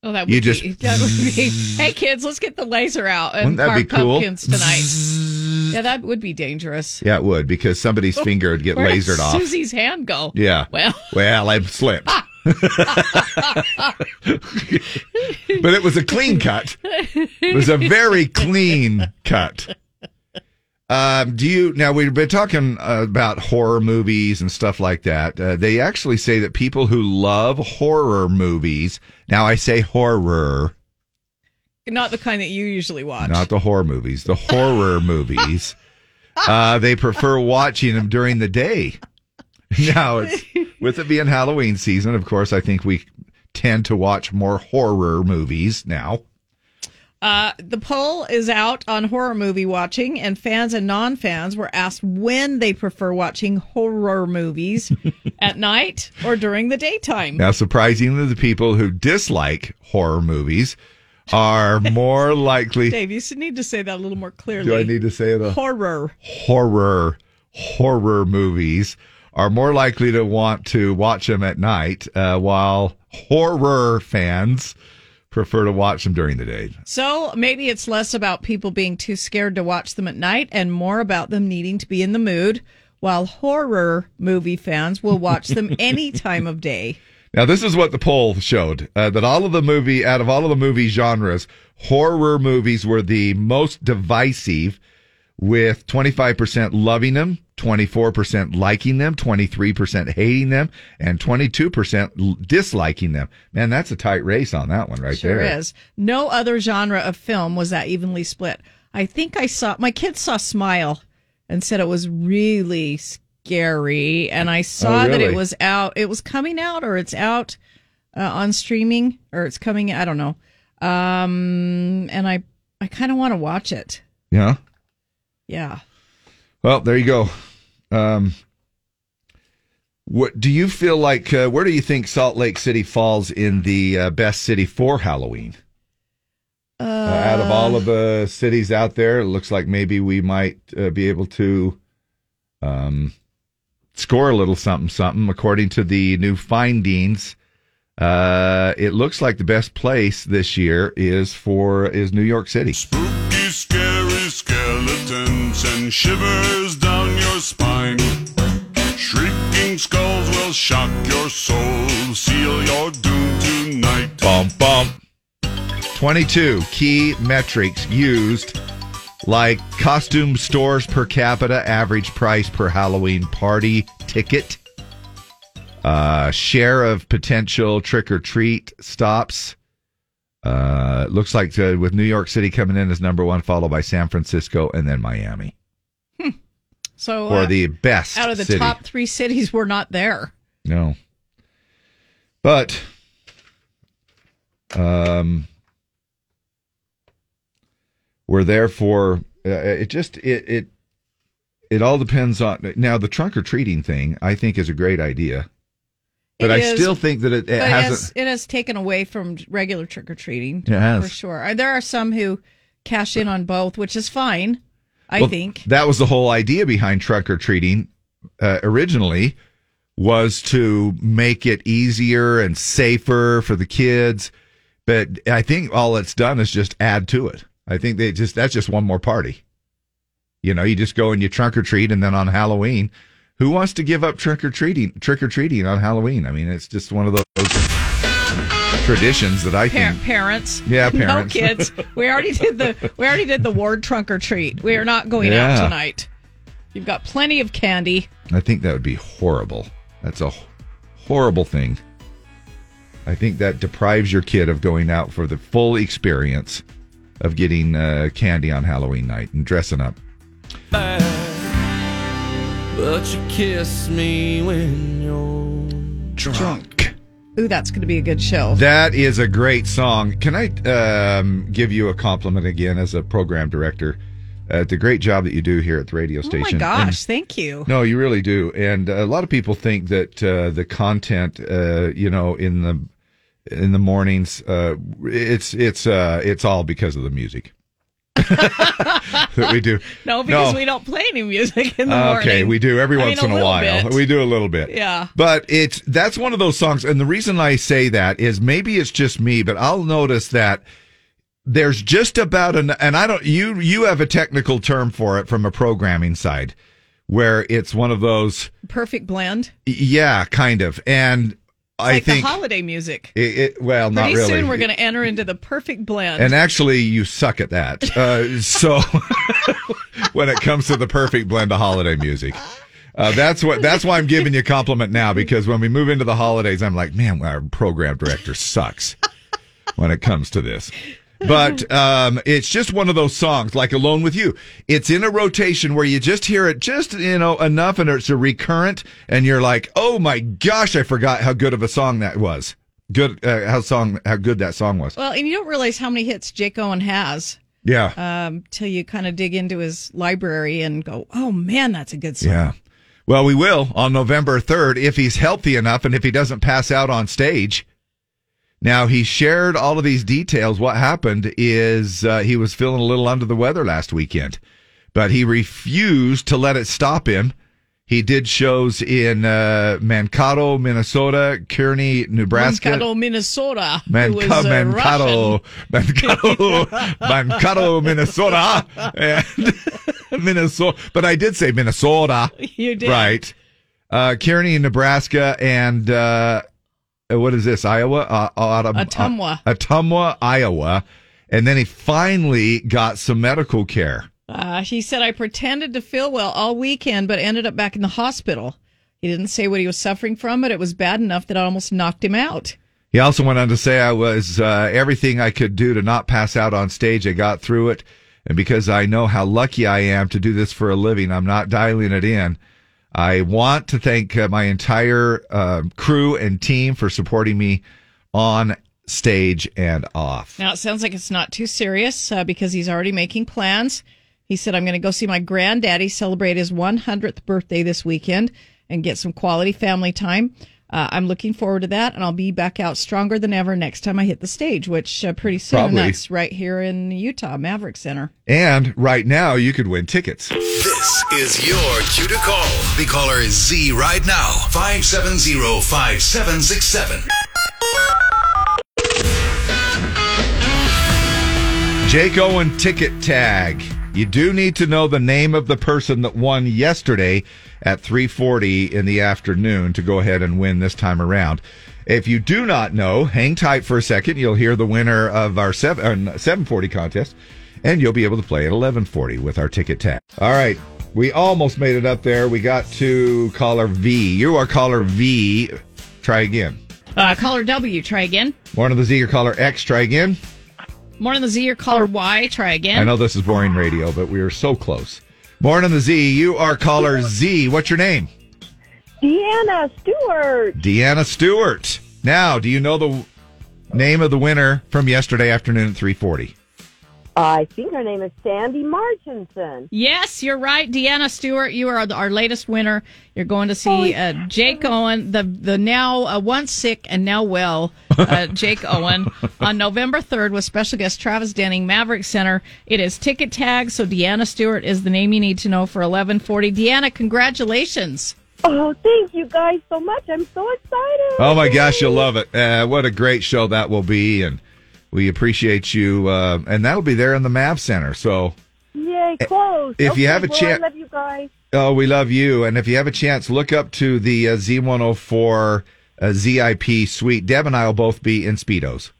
Oh, that would
You
be,
just-
that would be. Hey, kids, let's get the laser out and
Wouldn't that be
carve
cool?
pumpkins tonight. yeah, that would be dangerous.
Yeah, it would because somebody's finger would get
Where did
lasered off.
Susie's hand go.
Yeah.
Well.
well, I slipped. but it was a clean cut. It was a very clean cut. Um, do you now? We've been talking uh, about horror movies and stuff like that. Uh, they actually say that people who love horror movies. Now I say horror,
Not the kind that you usually watch.
not the horror movies, the horror movies. Uh, they prefer watching them during the day. Now, it's, with it being Halloween season, of course, I think we tend to watch more horror movies now.
Uh, the poll is out on horror movie watching, and fans and non fans were asked when they prefer watching horror movies
at night or during the daytime.
Now, surprisingly, the people who dislike horror movies are more likely.
Dave, you should need to say that a little more clearly.
Do I need to say the
horror?
horror horror movies are more likely to want to watch them at night, uh, while horror fans prefer to watch them during the day.
So maybe it's less about people being too scared to watch them at night and more about them needing to be in the mood, while horror movie fans will watch them any time of day.
Now, this is what the poll showed uh, that all of the movie, out of all of the movie genres, horror movies were the most divisive, with 25% loving them, 24% liking them, 23% hating them, and 22% l- disliking them. Man, that's a tight race on that one right
Sure
there.
is. No other genre of film was that evenly split. I think I saw my kids saw Smile and said it was really scary, and I saw that
really?
it was out. It was coming out, or it's out uh, on streaming, or it's coming. I don't know. Um, and I I kind of want to watch it.
Yeah.
Yeah.
Well, there you go. Um, what do you feel like? Uh, where do you think Salt Lake City falls in the uh, best city for Halloween?
Uh,
Uh, out of all of the cities out there, it looks like maybe we might uh, be able to um, score a little something, something. According to the new findings, uh, it looks like the best place this year is for is New York City.
Spooky, scary skeletons and shivers down your spine. Shrieking skulls will shock your soul, seal your doom tonight.
Bump, bump. 22 key metrics used like costume stores per capita, average price per Halloween party ticket, uh, share of potential trick or treat stops. Uh, it looks like uh, with New York City coming in as number one, followed by San Francisco and then Miami.
So uh,
For the best
out of the
city.
top three cities, we're not there.
No. But um we're there for uh, it just it it it all depends on now the trunk or treating thing I think is a great idea. But
It
I
is,
still think that it, it
but
hasn't
has, it has taken away from regular trick or treating.
It has.
for sure. Uh, There are some who cash in on both, which is fine. I
Well,
think
that was the whole idea behind trunk or treating uh, originally was to make it easier and safer for the kids. But I think all it's done is just add to it. I think they just that's just one more party. You know, you just go and you trunk or treat, and then on Halloween, who wants to give up trick or treating? Trick or treating on Halloween? I mean, it's just one of those traditions that I
Par-
think.
parents.
Yeah, parents.
No kids. We already did the we already did the ward trunk or treat. We are not going
Yeah.
out tonight. You've got plenty of candy.
I think that would be horrible. That's a h- horrible thing. I I think that deprives your kid of going out for the full experience of getting uh, candy on Halloween night and dressing up.
But you kiss me when you're
drunk.
Ooh, that's going to be a good show.
That is a great song. Can I um, give you a compliment again as a program director? Uh, the great job that you do here at the radio
Oh
station.
my
And-
gosh, thank you.
No, you really do. And a lot of people think that uh, the content, uh, you know, in the in the mornings, uh, it's it's uh, it's all because of the music that we do.
No, because
No.
we don't play any music in the morning.
Okay, we do every
I mean,
once in a,
little
while.
bit.
We do a little bit.
Yeah.
But it's that's one of those songs and the reason I say that is maybe it's just me, but I'll notice that there's just about an and I don't you you have a technical term for it from a programming side where it's one of those
Perfect blend.
yeah, kind of. And I
like
think
the holiday music.
it, it- well, not
Pretty
really.
soon we're going to enter into the perfect blend.
And actually, you suck at that. Uh, so when it comes to the perfect blend of holiday music. Uh, that's what. That's why I'm giving you a compliment now because when we move into the holidays, I'm like, man, our program director sucks when it comes to this. But um, it's just one of those songs, like "Alone with You." It's in a rotation where you just hear it, just you know, enough, and it's a recurrent, and you're like, "Oh my gosh, I forgot how good of a song that was. Good, uh, how song, how good that song was."
well, and you don't realize how many hits Jake Owen has.
Yeah.
Um, till you kind of dig into his library and go, oh man, that's a good song.
Yeah. Well, we will on November 3rd if he's healthy enough and if he doesn't pass out on stage. Now, he shared all of these details. What happened is uh, he was feeling a little under the weather last weekend, but he refused to let it stop him. He did shows in uh, Mankato, Minnesota, Kearney, Nebraska.
Mankato, Minnesota.
Man-
It was, uh, Russian.
Mankato, Mankato, Mankato, Minnesota, and Minnesota. But I did say Minnesota.
You did.
right? Uh, Kearney, Nebraska, and uh, what is this? Iowa, uh, Autumn,
Ottumwa.
uh, Ottumwa, Iowa, and then he finally got some medical care.
Uh, he said, I pretended to feel well all weekend, but ended up back in the hospital. He didn't say what he was suffering from, but it was bad enough that I almost knocked him out.
He also went on to say, I was uh, everything I could do to not pass out on stage. I got through it. And because I know how lucky I am to do this for a living, I'm not dialing it in. I want to thank uh, my entire uh, crew and team for supporting me on stage and off.
Now, it sounds like it's not too serious uh, because he's already making plans. He said, I'm going to go see my granddaddy celebrate his 100th birthday this weekend and get some quality family time. Uh, I'm looking forward to that, and I'll be back out stronger than ever next time I hit the stage, which uh, pretty soon
Probably.
that's right here in Utah, Maverick Center.
And right now, you could win tickets.
This is your cue to call. The caller is Z right now. 570-5767.
Jake Owen ticket tag. You do need to know the name of the person that won yesterday at 3:40 in the afternoon to go ahead and win this time around. If you do not know, hang tight for a second. You'll hear the winner of our seven, uh, 740 contest and you'll be able to play at 1140 with our ticket tag. All right. We almost made it up there. We got to caller V. You are caller V. Try again.
Uh, caller W, try again.
Morning of the Z, your caller X. Try again.
Morning the Z or caller Y, try again.
I know this is boring radio, but we are so close. Born on the Z, you are caller Z. What's your name?
Deanna Stewart.
Deanna Stewart. Now, do you know the name of the winner from yesterday afternoon at 340?
I think her name is Sandy Marchinson.
Yes, you're right, Deanna Stewart. You are the, our latest winner. You're going to see uh, Jake Owen, the the now uh, once sick and now well uh, Jake Owen, on November 3rd with special guest Travis Denning, Maverick Center. It is ticket tag, so Deanna Stewart is the name you need to know for 11:40. Deanna, congratulations!
Oh, thank you guys so much. I'm so excited.
Oh my gosh, you'll love it. Uh, what a great show that will be. And we appreciate you. Uh, and that'll be there in the MAV Center. So, Eh,
Yay, close.
If you have a
well,
chan-
I love you guys.
oh, we love you. And if you have a chance, look up to the uh, Z104 uh, ZIP suite. Deb and I will both be in Speedos.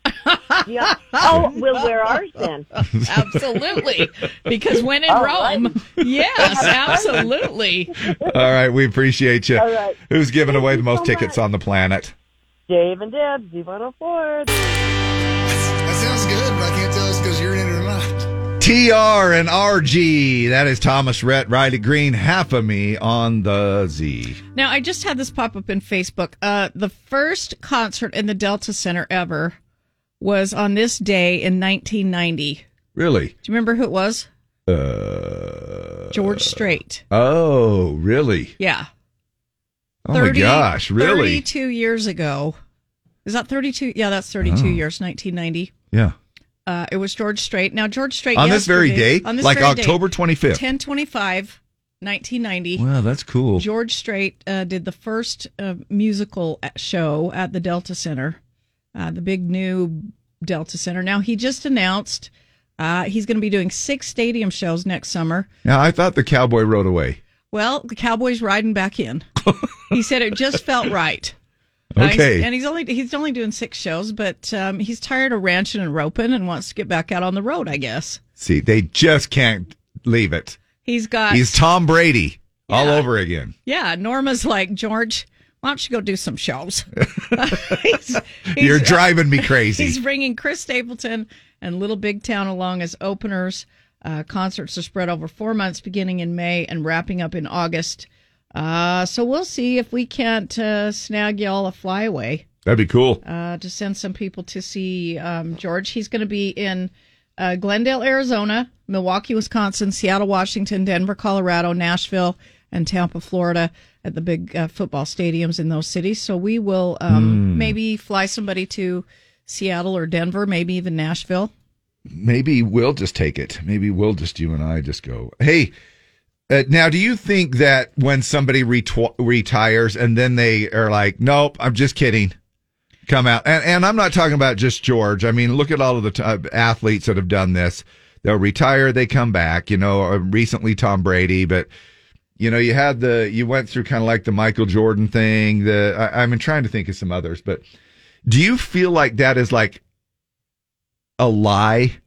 yeah. Oh, we'll wear ours then.
Absolutely, because when in
All
Rome, yes, absolutely.
All right, we appreciate you.
All right.
Who's giving away the most tickets on the planet?
Dave and Deb, Z104.
That sounds good, but I can't tell us because you're in it or not.
TR and RG. That is Thomas Rhett, Riley Green, half of me on the Z.
Now, I just had this pop up in Facebook. Uh, the first concert in the Delta Center ever was on this day in 1990. Do
Really?
you remember who it was?
Uh,
George Strait.
oh, really?
Yeah.
Oh my gosh, really?
32 years ago. Is that 32? Yeah, that's 32
Oh.
years, 1990.
Yeah.
Uh, it was George Strait. Now, George Strait.
On this very
yesterday-
day? Like
very
October 25th?
1025, 1990.
Wow, that's cool.
George Strait uh, did the first uh, musical at- show at the Delta Center, uh, the big new Delta Center. Now, he just announced uh, he's going to be doing six stadium shows next summer.
Now, I thought the cowboy rode away.
Well, the Cowboys riding back in. he said it just felt right. Uh, he's-
Okay.
and he's only he's only doing six shows, but um, he's tired of ranching and roping and wants to get back out on the road. I guess
See, they just can't leave it.
he's got
He's Tom Brady all over again.
yeah. Norma's like George. Why don't you go do some shows? He's-
You're
he's-
driving me crazy.
He's bringing Chris Stapleton and Little Big Town along as openers. Uh, concerts are spread over four months, beginning in May and wrapping up in August. Uh, so we'll see if we can't uh, snag y'all a flyaway
That'd be cool.
uh, to send some people to see um, George. He's going to be in uh, Glendale, Arizona, Milwaukee, Wisconsin, Seattle, Washington, Denver, Colorado, Nashville, and Tampa, Florida, at the big uh, football stadiums in those cities. So we will um,
Hmm.
maybe fly somebody to Seattle or Denver, maybe even Nashville.
Maybe we'll just take it. Maybe we'll just, you and I just go, hey, uh, now do you think that when somebody retw- retires and then they are like, nope, I'm just kidding, come out? And, and I'm not talking about just George. I mean, look at all of the t- uh, athletes that have done this. They'll retire, they come back, you know, uh, recently Tom Brady, but. You know, you had the, you went through kind of like the Michael Jordan thing. The, I, I'm trying to think of some others, but do you feel like that is like a lie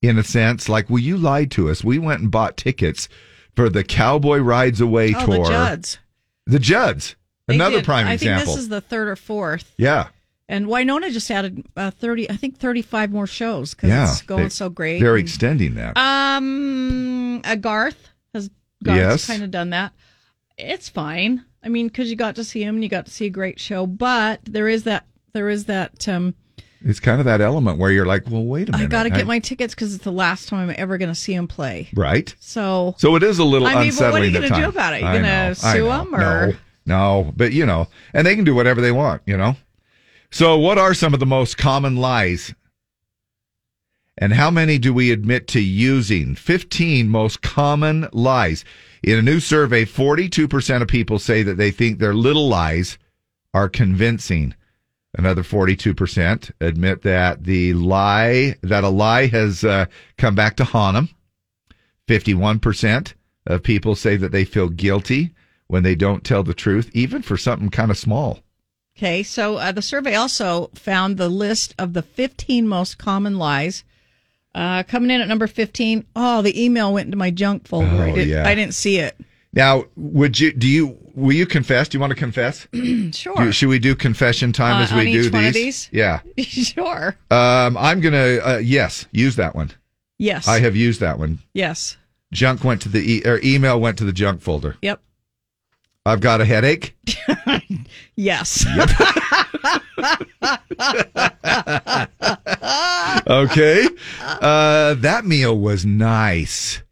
in a sense. Like, well, you lied to us. We went and bought tickets for the Cowboy Rides Away
Oh, the
tour.
Judds.
The Judds.
They
Another
did-
prime
I
example.
think this is the third or fourth.
yeah.
And Winona just added uh, 30, I think 35 more shows because
Yeah.
it's going
They-
so great.
They're
And-
extending that.
Um, a Garth has Garth's
Yes.
kind of done that. It's fine. I mean, because you got to see him and you got to see a great show, but there is that there is that um,
it's kind of that element where you're like, well, wait a minute.
I got to get my tickets because it's the last time I'm ever going to see him play.
Right.
So
So it is a little
I mean, but
unsettling.
what are you
at
gonna do
times.
about it? You
I
gonna
know, I
sue
know.
'em or-
No, no, but you know, and they can do whatever they want, you know? So, what are some of the most common lies? And how many do we admit to using? 15 most common lies. In a new survey, 42% of people say that they think their little lies are convincing. Another 42% admit that the lie, that a lie has uh, come back to haunt them. 51% of people say that they feel guilty when they don't tell the truth, even for something kind of small.
okay, so uh, the survey also found the list of the 15 most common lies. Uh, coming in at number 15. Oh, the email went into my junk folder. I,
Oh,
did,
yeah.
I didn't see it.
Now, would you, do you, will you confess? Do you want to confess?
sure.
Do- should we do confession time
Uh,
as we
on
do
each
these?
one of these?
Yeah.
sure.
Um, I'm going to, uh, yes, use that one.
Yes.
I have used that one.
Yes.
Junk went to the, e- or email went to the junk folder.
Yep.
I've got a headache.
Yes.
okay. Uh, that meal was nice.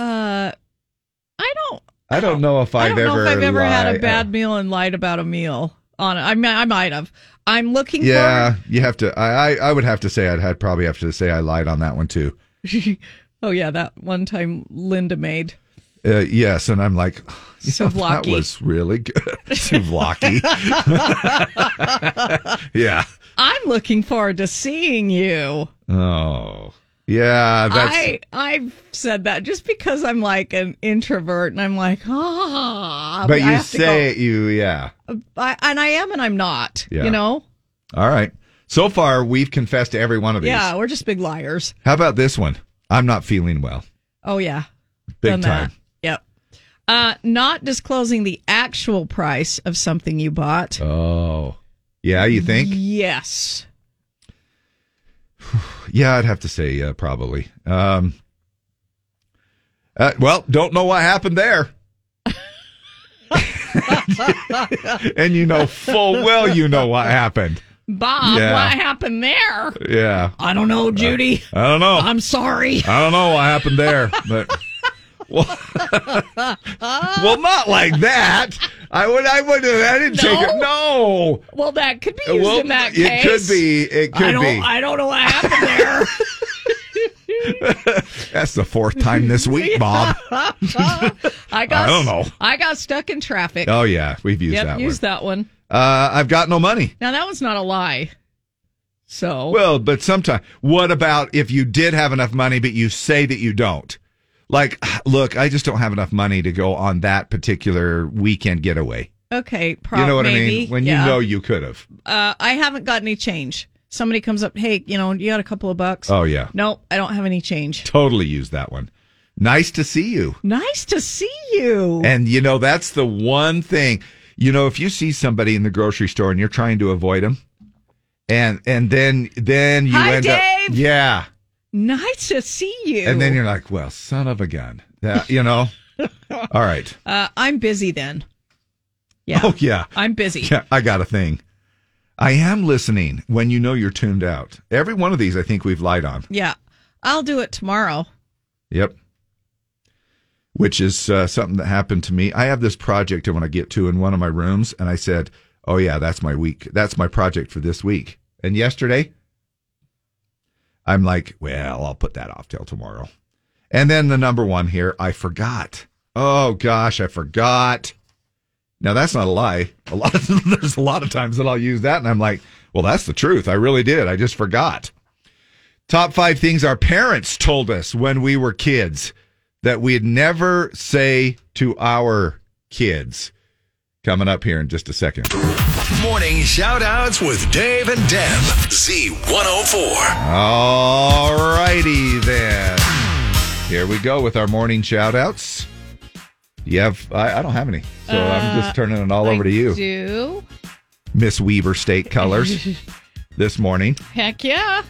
Uh, I don't.
I don't know if
I
I've
don't know
ever,
if I've ever had
lie-
a bad meal and lied about a meal. On, I mean, I might have. I'm looking
Yeah, you have to. I, I, I would have to say I'd had probably have to say I lied on that one too.
for. oh yeah, that one time Linda made.
Uh, yes, and I'm like, you know, that
Souvlaki.
was really good. Souvlaki. yeah.
I'm looking forward to seeing you.
Oh. Yeah. That's.
I I've said that just because I'm like an introvert and I'm like ah.
but
I
you
have to
say it. You yeah.
go- I, and I am and I'm not.
Yeah.
You know.
All right. So far, we've confessed to every one of these.
Yeah, we're just big liars.
How about this one? I'm not feeling well.
Oh yeah.
Big
Done that.
time.
Yep. Uh, not disclosing the actual price of something you bought.
Oh. Yeah, you think?
Yes.
Yeah, I'd have to say uh, probably. Um, uh, well, don't know what happened there. and you know full well you know what happened.
Bob,
Yeah. Uh,
what happened there?
Yeah.
I don't know, Judy.
I don't know.
I'm sorry.
I don't know what happened there, but well, not like that. I would. I wouldn't. I didn't take it. No.
Well, that could be used
Well,
in that
it
case.
could be. It could
I don't,
be.
I don't know what happened there.
That's the fourth time this week, Bob.
I got.
I don't know.
I got stuck in traffic.
Oh yeah, we've used
yep,
that
used that one.
one. Uh, I've got no money.
Now that was not a lie. So
Well, but sometimes. What about if you did have enough money, but you say that you don't? Like, look, I just don't have enough money to go on that particular weekend getaway.
okay, probably.
you know what I
maybe,
mean? When
yeah.
you know you could have.
uh, I haven't got any change. Somebody comes up, hey, you know, you got a couple of bucks?
Oh, yeah.
No, I don't have any change.
Totally used that one. Nice to see you.
Nice to see you.
And you know, that's the one thing. You know, if you see somebody in the grocery store and you're trying to avoid them, and and then then you
Hi,
end up
Dave.
yeah,
nice to see you.
and then you're like, well, son of a gun, that, you know. All right.
uh, I'm busy then.
Oh yeah.
I'm busy.
Yeah, I got a thing. I am listening when you know you're tuned out. Every one of these, I think we've lied on.
Yeah. I'll do it tomorrow.
Yep. Which is uh, something that happened to me. I have this project I want to get to in one of my rooms, and I said, "Oh yeah, that's my week. That's my project for this week." And yesterday, I'm like, "Well, I'll put that off till tomorrow." And then the number one here, I forgot. Oh gosh, I forgot. Now that's not a lie. A lot of, there's a lot of times that I'll use that, and I'm like, "Well, that's the truth. I really did. I just forgot." Top five things our parents told us when we were kids that we'd never say to our kids. Coming up here in just a second.
Morning shout outs with Dave and Deb. Z104.
All righty then. Here we go with our morning shout outs. You have, I, I don't have any. So I'm
Uh,
just turning it all over to you.
Do
Miss Weaver State colors this morning,
heck yeah,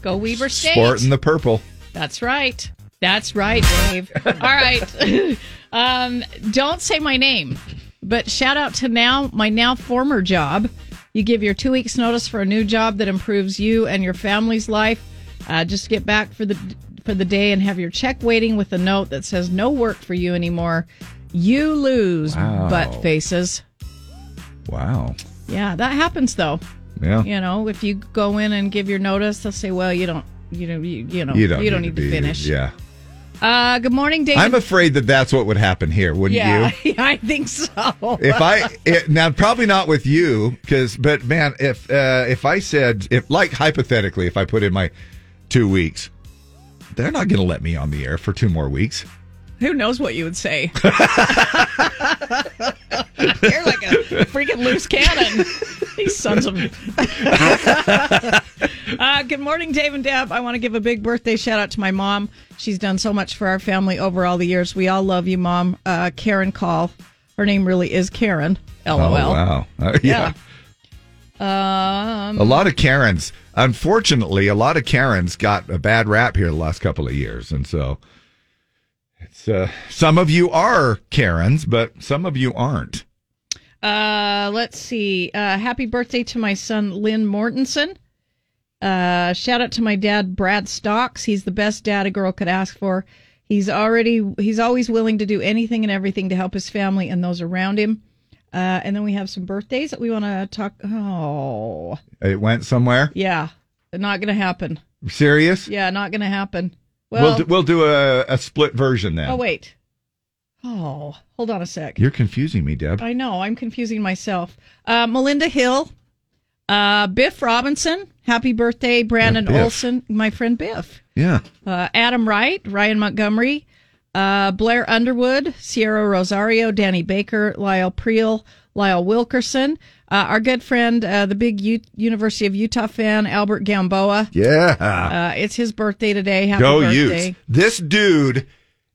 go Weaver State.
sporting the purple.
That's right. That's right, Dave. All right. um, don't say my name, but shout out to now my now former job. You give your two weeks notice for a new job that improves you and your family's life. Uh, just get back for the for the day and have your check waiting with a note that says no work for you anymore. You lose,
Wow.
butt faces.
Wow.
Yeah, that happens though.
Yeah.
You know, if you go in and give your notice, they'll say, "Well, you don't, you know, you, you know, Oh, you don't,
need
need to,
be-
finish."
Yeah.
Uh, good morning, David.
I'm afraid that that's what would happen here, wouldn't you?
yeah, I think so.
if I it, now probably not with you because but man if uh, if I said if like hypothetically if I put in my two weeks they're not going to let me on the air for two more weeks.
Who knows what you would say? You're like a freaking loose cannon. These sons of.
Uh, good morning, Dave and Deb. I want to give a big birthday shout out to my mom.
She's done so much for our family over all the years. We all love you, Mom. Uh, Karen Call. Her name really is Karen. LOL.
Oh wow, Uh, yeah.
yeah. Um,
a lot of Karens. Unfortunately, a lot of Karens got a bad rap here the last couple of years, and so it's uh, some of you are Karens, but some of you aren't.
Uh, let's see. Uh, happy birthday to my son, Lynn Mortensen. Uh, shout out to my dad, Brad Stocks. He's the best dad a girl could ask for. He's already, he's always willing to do anything and everything to help his family and those around him. Uh, and then we have some birthdays that we want to talk. Oh,
It went somewhere
yeah. Not going to happen.
serious.
Yeah, not going to happen.
we'll
Well,
do, we'll do a, a split version then.
oh, wait. Oh, hold on a sec.
You're confusing me, Deb.
I know. I'm confusing myself. Uh, Melinda Hill, uh, Biff Robinson. Happy birthday, Brandon
Yeah, Biff.
Olson, my friend Biff.
Yeah.
Uh, Adam Wright, Ryan Montgomery, uh, Blair Underwood, Sierra Rosario, Danny Baker, Lyle Priel, Lyle Wilkerson. Uh, our good friend, uh, the big U- University of Utah fan, Albert Gamboa.
Yeah.
Uh, it's his birthday today. Happy
Go
birthday.
Utes. This dude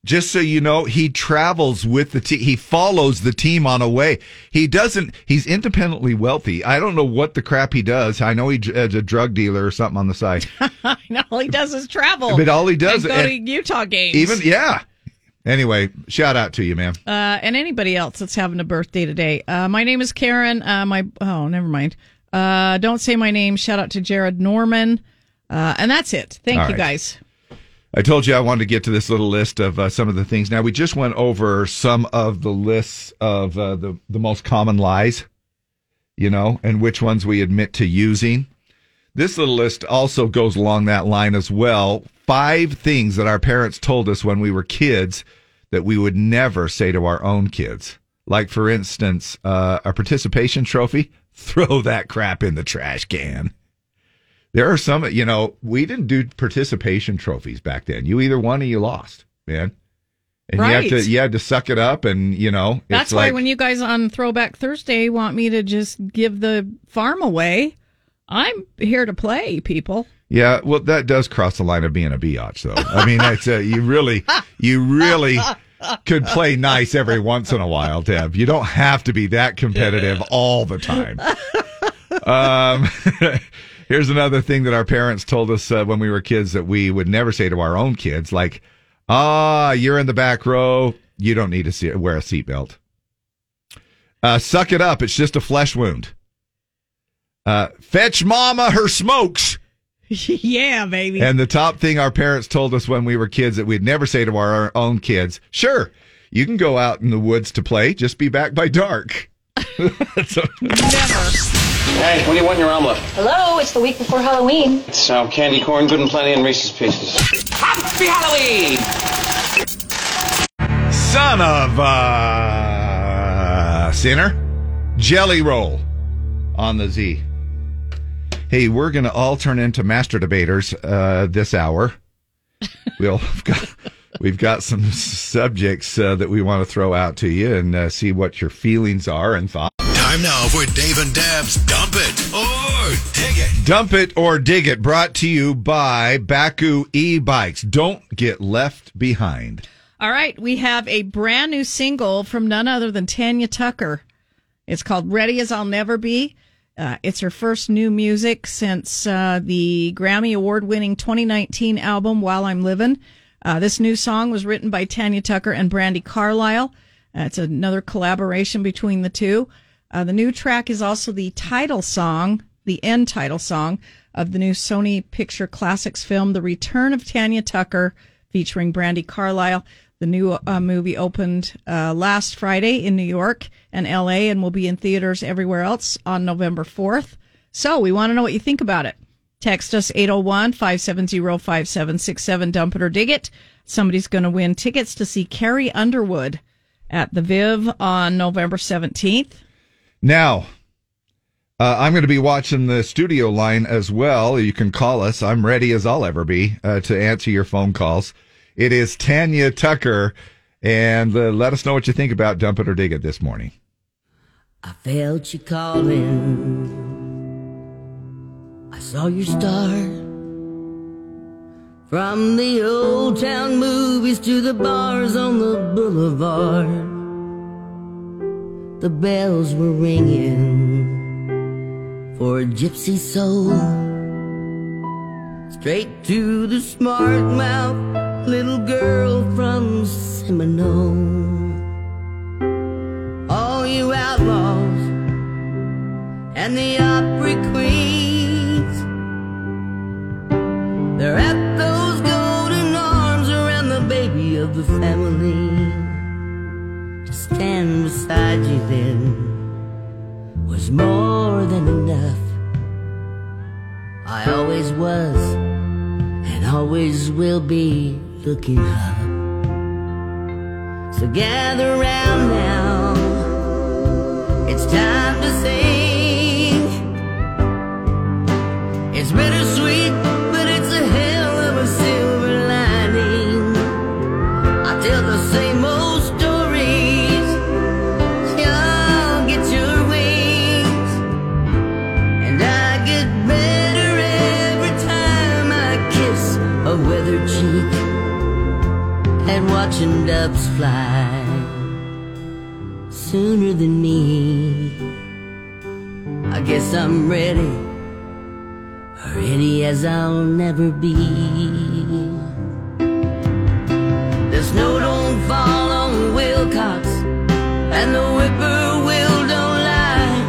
just so you know, he travels with the team. He follows the team on a way. He doesn't, he's independently wealthy. I don't know what the crap he does. I know he j- is a drug dealer or something on the side.
and all he does is travel.
But all he does-
and go
and-
to Utah games.
Even, yeah. Anyway, shout out to you, ma'am.
Uh, and anybody else that's having a birthday today. Uh, my name is Karen. Uh, my oh, never mind. Uh, don't say my name. Shout out to Jared Norman. Uh, and that's it. Thank
All
you
right.
guys.
I told you I wanted to get to this little list of uh, some of the things. Now we just went over some of the lists of uh, the the most common lies, you know, and which ones we admit to using. This little list also goes along that line as well. Five things that our parents told us when we were kids that we would never say to our own kids. Like for instance, uh, a participation trophy. Throw that crap in the trash can there are some you know we didn't do participation trophies back then you either won or you lost man and you
Right.
have to you had to suck it up and you know
That's
it's
why
like,
when you guys on Throwback Thursday want me to just give the farm away, I'm here to play, people.
yeah well that does cross the line of being a biatch though i mean that's uh, you really you really could play nice every once in a while deb you don't have to be that competitive all the time um, here's another thing that our parents told us uh, when we were kids that we would never say to our own kids, like, "Ah, you're in the back row. You don't need to se- wear a seatbelt. Uh, suck it up. It's just a flesh wound. Uh, fetch mama her smokes."
yeah, baby.
And the top thing our parents told us when we were kids that we'd never say to our own kids, sure, you can go out in the woods to play, just be back by dark.
Hey, what do you want in your omelet?
Hello, it's the week before Halloween.
Some candy corn, good and plenty, and Reese's Pieces. Happy Halloween!
Son of a sinner. Jelly roll on the Z. Hey, we're going to all turn into master debaters uh, this hour. We'll, we've got, we've got some s- subjects uh, that we want to throw out to you and uh, see what your feelings are and thoughts.
Time now for Dave and Dab's Dump It or Dig It.
Dump it or dig it brought to you by Baku e-bikes. Don't get left behind.
All right, we have a brand new single from none other than Tanya Tucker. It's called Ready as I'll Never Be. Uh, it's her first new music since uh, the Grammy Award winning 2019 album, While I'm Livin'. Uh, this new song was written by Tanya Tucker and Brandy Carlisle. Uh, it's another collaboration between the two. Uh, the new track is also the title song, the end title song of the new Sony Picture Classics film, The Return of Tanya Tucker, featuring Brandy Carlisle. The new uh, movie opened uh, last Friday in New York and LA and will be in theaters everywhere else on November 4th. So we want to know what you think about it. Text us 801 570 5767. Dump it or dig it. Somebody's going to win tickets to see Carrie Underwood at the Viv on November 17th.
Now, uh, I'm going to be watching the studio line as well. You can call us. I'm ready as I'll ever be uh, to answer your phone calls. It is Tanya Tucker, and uh, let us know what you think about Dump It or Dig It this morning.
I felt you calling. I saw your star. From the old town movies to the bars on the boulevard. The bells were ringing for a gypsy soul. Straight to the smart mouth little girl from Seminole. All you outlaws and the opry queens. They're at those golden arms around the baby of the family. To stand beside you then was more than enough. I always was and always will be looking up. So gather round now. It's time to sing. It's bittersweet, but it's a hell of a silver lining. I tell the same old stories. Y'all get your wings, and I get better every time I kiss a weathered cheek. and watching doves fly sooner than me. I guess I'm ready, ready as I'll never be. The snow don't fall on Wilcox, and the whippoorwill don't lie.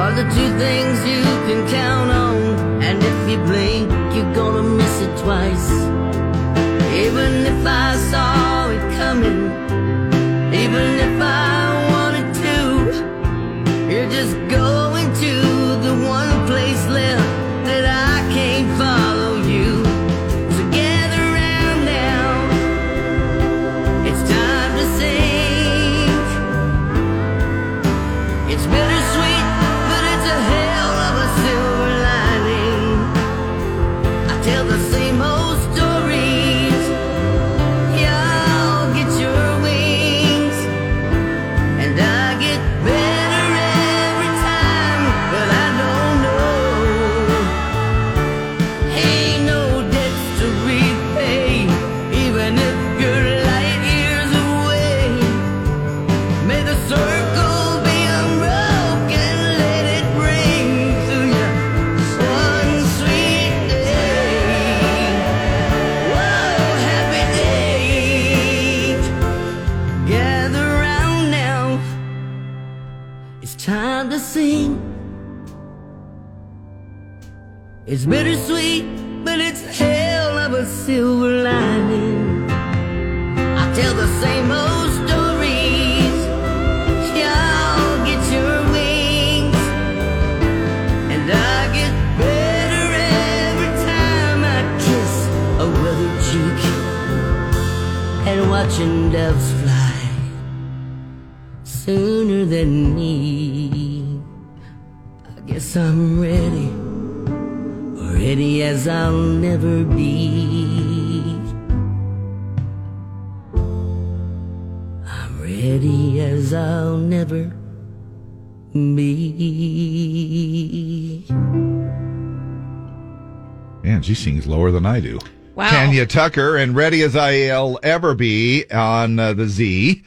Are the two things you can count on, and if you blink, you're gonna miss it twice. Even if I saw it coming, even if I wanted to, you're just going to the one place left that I can't follow you. So gather round now, it's time to sing. It's bittersweet, but it's a hell of a silver lining. I tell the same old stories. Y'all get your wings, and I get better every time. But I don't know. Ain't no debts to repay, even if you're light years away. May the circle be unbroken, let it ring through your one sweet day. Whoa, happy day. Gather round now. It's time to sing. It's bittersweet, but it's a hell of a silver lining. I tell the same old stories. Y'all get your wings, and I get better every time I kiss a weathered cheek and watching doves fly sooner than me. I guess I'm ready, ready as I'll never be. I'm ready as I'll never be.
Man, she sings lower than I do.
Wow.
Tanya Tucker and Ready as I'll Ever Be on uh, the Z.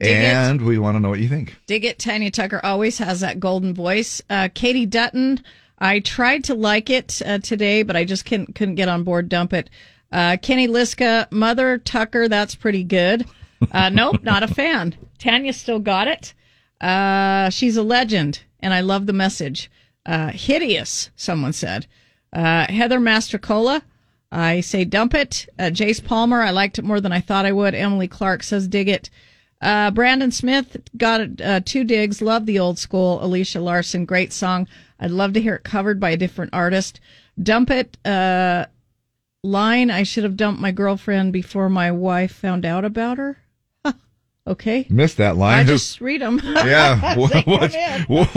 and we want to know what you think.
Dig it. Tanya Tucker always has that golden voice. Uh, Katie Dutton, I tried to like it uh, today, but I just couldn't, couldn't get on board. Dump it. Uh, Kenny Liska, Mother Tucker, that's pretty good. Uh, nope, not a fan. Tanya still got it. Uh, she's a legend, and I love the message. Uh, hideous, someone said. Uh, Heather Mastercola, I say dump it. Uh, Jace Palmer, I liked it more than I thought I would. Emily Clark says dig it. Uh, Brandon Smith got it, uh, two digs. Love the old school. Alicia Larson, great song. I'd love to hear it covered by a different artist. Dump it. Uh, line. I should have dumped my girlfriend before my wife found out about her. Huh. Okay.
Missed that line.
I
Who-
just read them.
Yeah. Wha- what-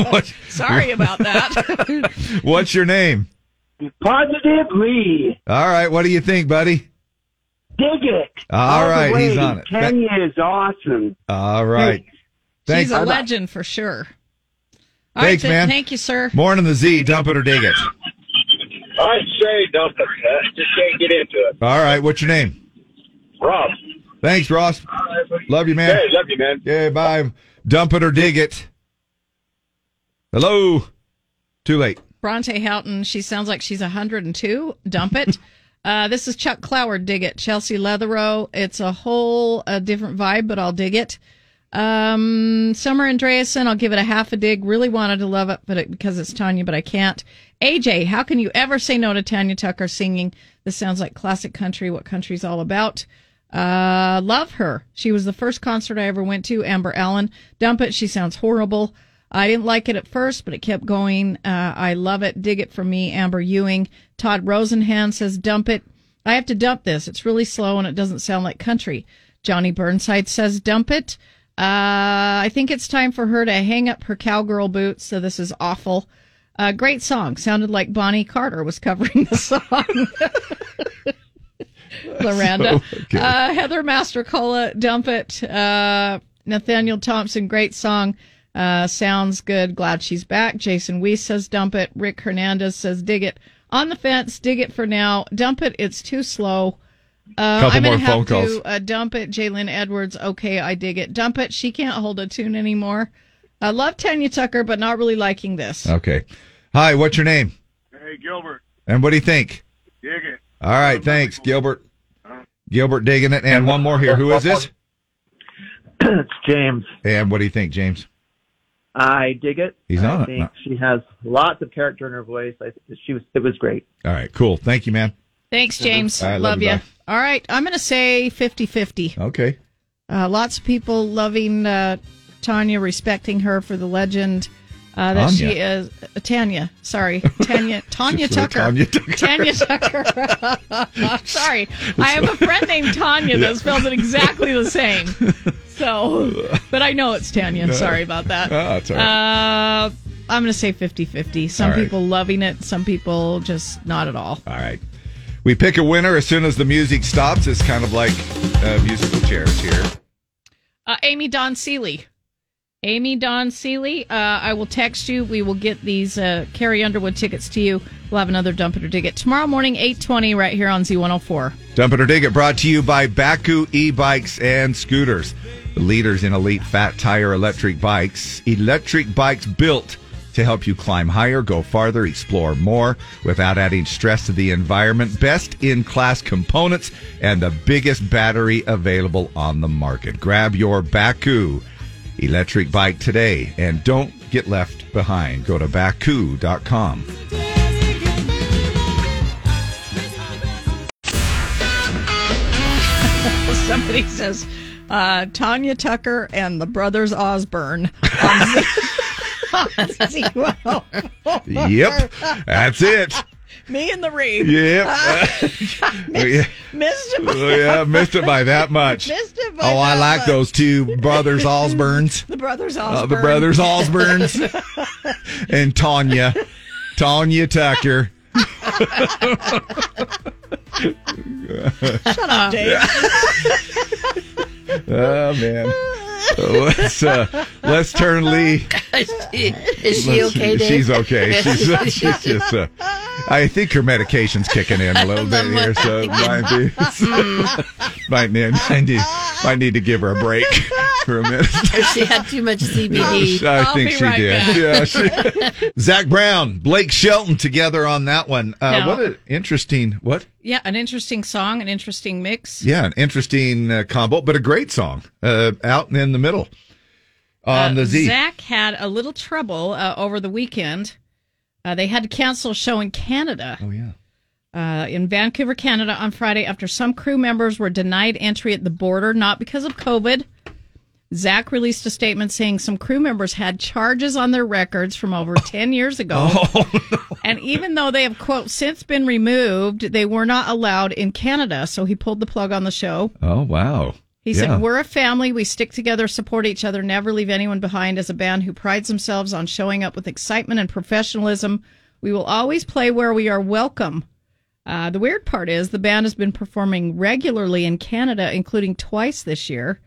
what-
Sorry about that.
What's your name?
Positively.
All right. What do you think, buddy?
Dig it.
All
All the
right,
way.
he's on it.
Tanya is awesome.
All right.
She's
Thanks.
a legend for sure. All right,
Thanks,
th-
man.
Thank you, sir.
More on the Z. Dump it or dig it.
I say dump it. I just can't get into it.
All right. What's your name?
Rob.
Thanks, Ross. Love you, man.
Hey, love you, man.
Yeah, bye. Dump it or dig it. Hello. Too late.
Bronte Houghton, she sounds like she's 102. Dump it. uh, this is Chuck Cloward. Dig it. Chelsea Leatherow. It's a whole a different vibe, but I'll dig it. Um, Summer Andreasen, I'll give it a half a dig. Really wanted to love it, but it, because it's Tanya, but I can't. AJ, how can you ever say no to Tanya Tucker singing? This sounds like classic country, what country's all about. Uh, love her. She was the first concert I ever went to. Amber Allen. Dump it. She sounds horrible. I didn't like it at first, but it kept going. Uh, I love it. Dig it for me. Amber Ewing. Todd Rosenhan says, dump it. I have to dump this. It's really slow and it doesn't sound like country. Johnny Burnside says, dump it. Uh, I think it's time for her to hang up her cowgirl boots. So this is awful. Uh, great song. Sounded like Bonnie Carter was covering the song. Loranda.
So good.
uh, Heather Mastercola, Dump It. Uh, Nathaniel Thompson, great song. Uh, sounds good. Glad she's back. Jason Weiss says Dump It. Rick Hernandez says Dig It. On the fence, dig it for now. Dump it. It's too slow. Uh,
Couple
I'm gonna
more phone
have
calls.
to uh, dump it. Jalen Edwards, okay, I dig it. Dump it. She can't hold a tune anymore. I love Tanya Tucker, but not really liking this.
Okay. Hi, what's your name?
Hey, Gilbert,
And what do you think?
dig it. Uh-huh.
All right, thanks, Gilbert. Gilbert digging it. And one more here. Who is this?
it's James.
And what do you think, James?
I dig it.
He's
I
on it.
think she has lots of character in her voice. I, she was. It was great.
All right, cool. Thank you, man.
Thanks, James.
All right,
love
love you,
you.
bye.
All right, I'm going to say 50 50.
Okay.
Uh, lots of people loving uh, Tanya, respecting her for the legend uh, that
Tanya.
she is. Uh, Tanya, sorry, Tanya, Tanya
Just
Tucker.
Tanya Tucker.
Tanya Tucker. sorry, I have a friend named Tanya
Yeah.
that spells it exactly the same. So, but I know it's Tanya.
No.
Sorry about that.
Oh, it's all right.
uh, I'm going to say 50 50. Some
All right.
people loving it, some people just not at all.
All right. We pick a winner as soon as the music stops. It's kind of like uh, musical chairs here.
Uh, Amy Don Seeley. Amy Don Seeley, uh, I will text you. We will get these uh, Carrie Underwood tickets to you. We'll have another dump it or dig it tomorrow morning, 820, right here on Z104.
Dump it or dig it brought to you by Baku e-bikes and scooters. The leaders in elite fat tire electric bikes. Electric bikes built to help you climb higher, go farther, explore more without adding stress to the environment. Best in class components and the biggest battery available on the market. Grab your Baku electric bike today and don't get left behind. Go to baku.com.
Somebody says uh, Tanya Tucker and the Brothers Osborne. on oh- Z104.
Yep. That's it.
Me and the Reeve.
Yep. yeah.
Miss- missed it by-
Oh, yeah, missed it by that much.
Missed it by
oh, I
that
like
much.
those two brothers Osborns.
The Brothers Osborne.
Uh, the brothers Osborns and Tanya, Tanya Tucker.
Shut up, Dave.
Oh man, let's uh, let's turn Lee.
Is she
Let's-
okay, Dave?
She's okay. She's, she's just. Uh, I think her medication's kicking in a little bit here, so it might be might need might need might need to give her a break for a minute.
she had too much CBD.
I think she did. Yeah, she- Zach Brown, Blake Shelton together on that one. Uh,
No.
What an interesting what?
Yeah, an interesting song, an interesting mix.
Yeah, an interesting uh, combo, but a great song. Uh, out and in the middle on the Z.
Uh, Zach had a little trouble uh, over the weekend. Uh, they had to cancel a show in Canada. Oh,
yeah.
Uh, in Vancouver, Canada on Friday after some crew members were denied entry at the border, not because of COVID. Zach released a statement saying some crew members had charges on their records from over 10 years ago.
Oh,
And even though they have, quote, since been removed, they were not allowed in Canada. So he pulled the plug on the show.
Oh wow.
He
Yeah.
said, We're a family. We stick together, support each other, never leave anyone behind as a band who prides themselves on showing up with excitement and professionalism. We will always play where we are welcome. Uh, the weird part is the band has been performing regularly in Canada, including twice this year.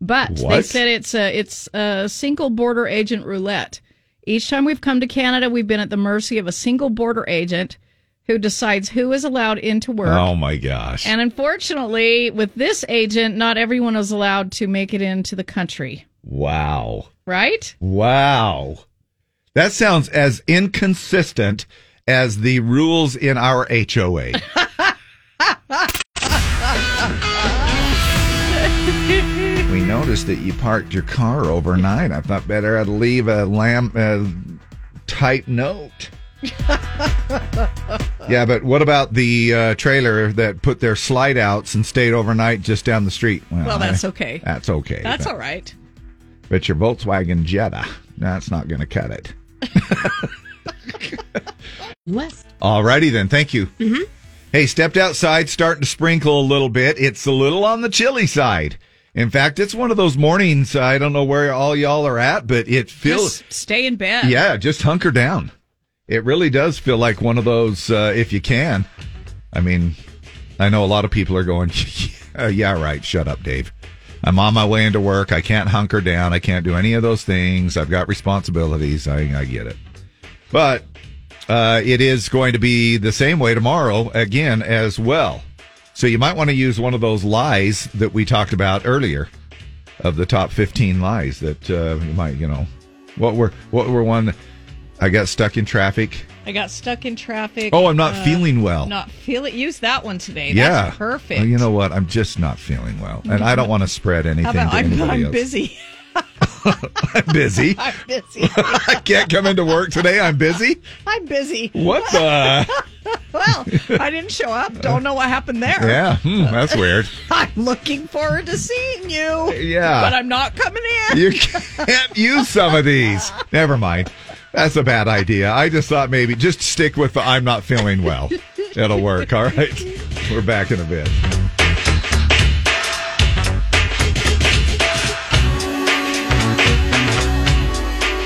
But they
What?
said it's a, it's a single border agent roulette. Each time we've come to Canada, we've been at the mercy of a single border agent who decides who is allowed into work.
Oh my gosh.
And unfortunately, with this agent, not everyone is allowed to make it into the country,
Wow.
right?
Wow. That sounds as inconsistent as the rules in our HOA. we noticed that you parked your car overnight. I thought better I'd leave a lamp uh, type note. Yeah, but what about the uh, trailer that put their slide outs and stayed overnight just down the street?
Well, that's
I-
okay.
That's okay.
That's
But-
all right.
but your Volkswagen Jetta, that's not going to cut it.
West.
Alrighty then, thank you.
Mhm.
Hey, stepped outside, starting to sprinkle a little bit. It's a little on the chilly side. In fact, it's one of those mornings. I don't know where all y'all are at, but it feels
Just stay in bed.
yeah, just hunker down. It really does feel like one of those uh, if you can. I mean, I know a lot of people are going, "Uh, yeah, right, shut up, Dave. I'm on my way into work. I can't hunker down. I can't do any of those things. I've got responsibilities. I, I get it. But uh, it is going to be the same way tomorrow again as well. So you might want to use one of those lies that we talked about earlier, of the top fifteen lies that uh, you might, you know, what were what were one? I got stuck in traffic.
I got stuck in traffic.
Oh, I'm not feeling well.
Uh, Not feeling. Use that one today.
yeah,
That's perfect.
Well, you know what? I'm just not feeling well, and I don't want to spread anything
How about
to
I'm,
anybody
I'm
else.
busy.
I'm busy.
I'm busy.
I can't come into work today. I'm busy.
I'm busy.
What the?
well, I didn't show up. Don't know what happened there.
Yeah, hmm, that's weird.
I'm looking forward to seeing you.
Yeah.
But I'm not coming in.
You can't use some of these. Never mind. That's a bad idea. I just thought maybe just stick with the I'm not feeling well. It'll work. All right. We're back in a bit.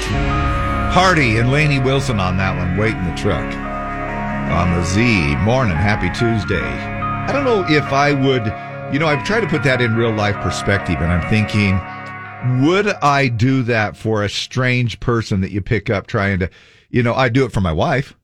Hardy and Laney Wilson on that one. Wait in the truck. On the Z. Morning. Happy Tuesday. I don't know if I would, you know, I've tried to put that in real life perspective, and I'm thinking, would I do that for a strange person that you pick up trying to, you know, I do it for my wife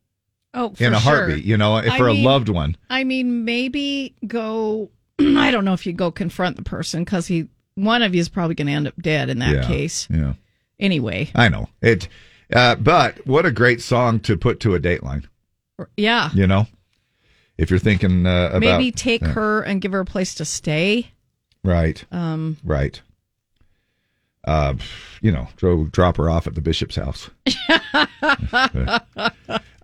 Oh, for
in a
sure.
heartbeat, you know, if
I
for
mean-
a loved one.
I mean, maybe go. I don't know if you go confront the person because he one of you is probably going to end up dead in that
Yeah,
case.
Yeah.
Anyway,
I know. It, uh, but what a great song to put to a dateline,
yeah.
you know, if you're thinking uh, about.
maybe take
yeah,
her and give her a place to stay.
Right.
Um,
Right. Uh, you know, dro- drop her off at the bishop's house.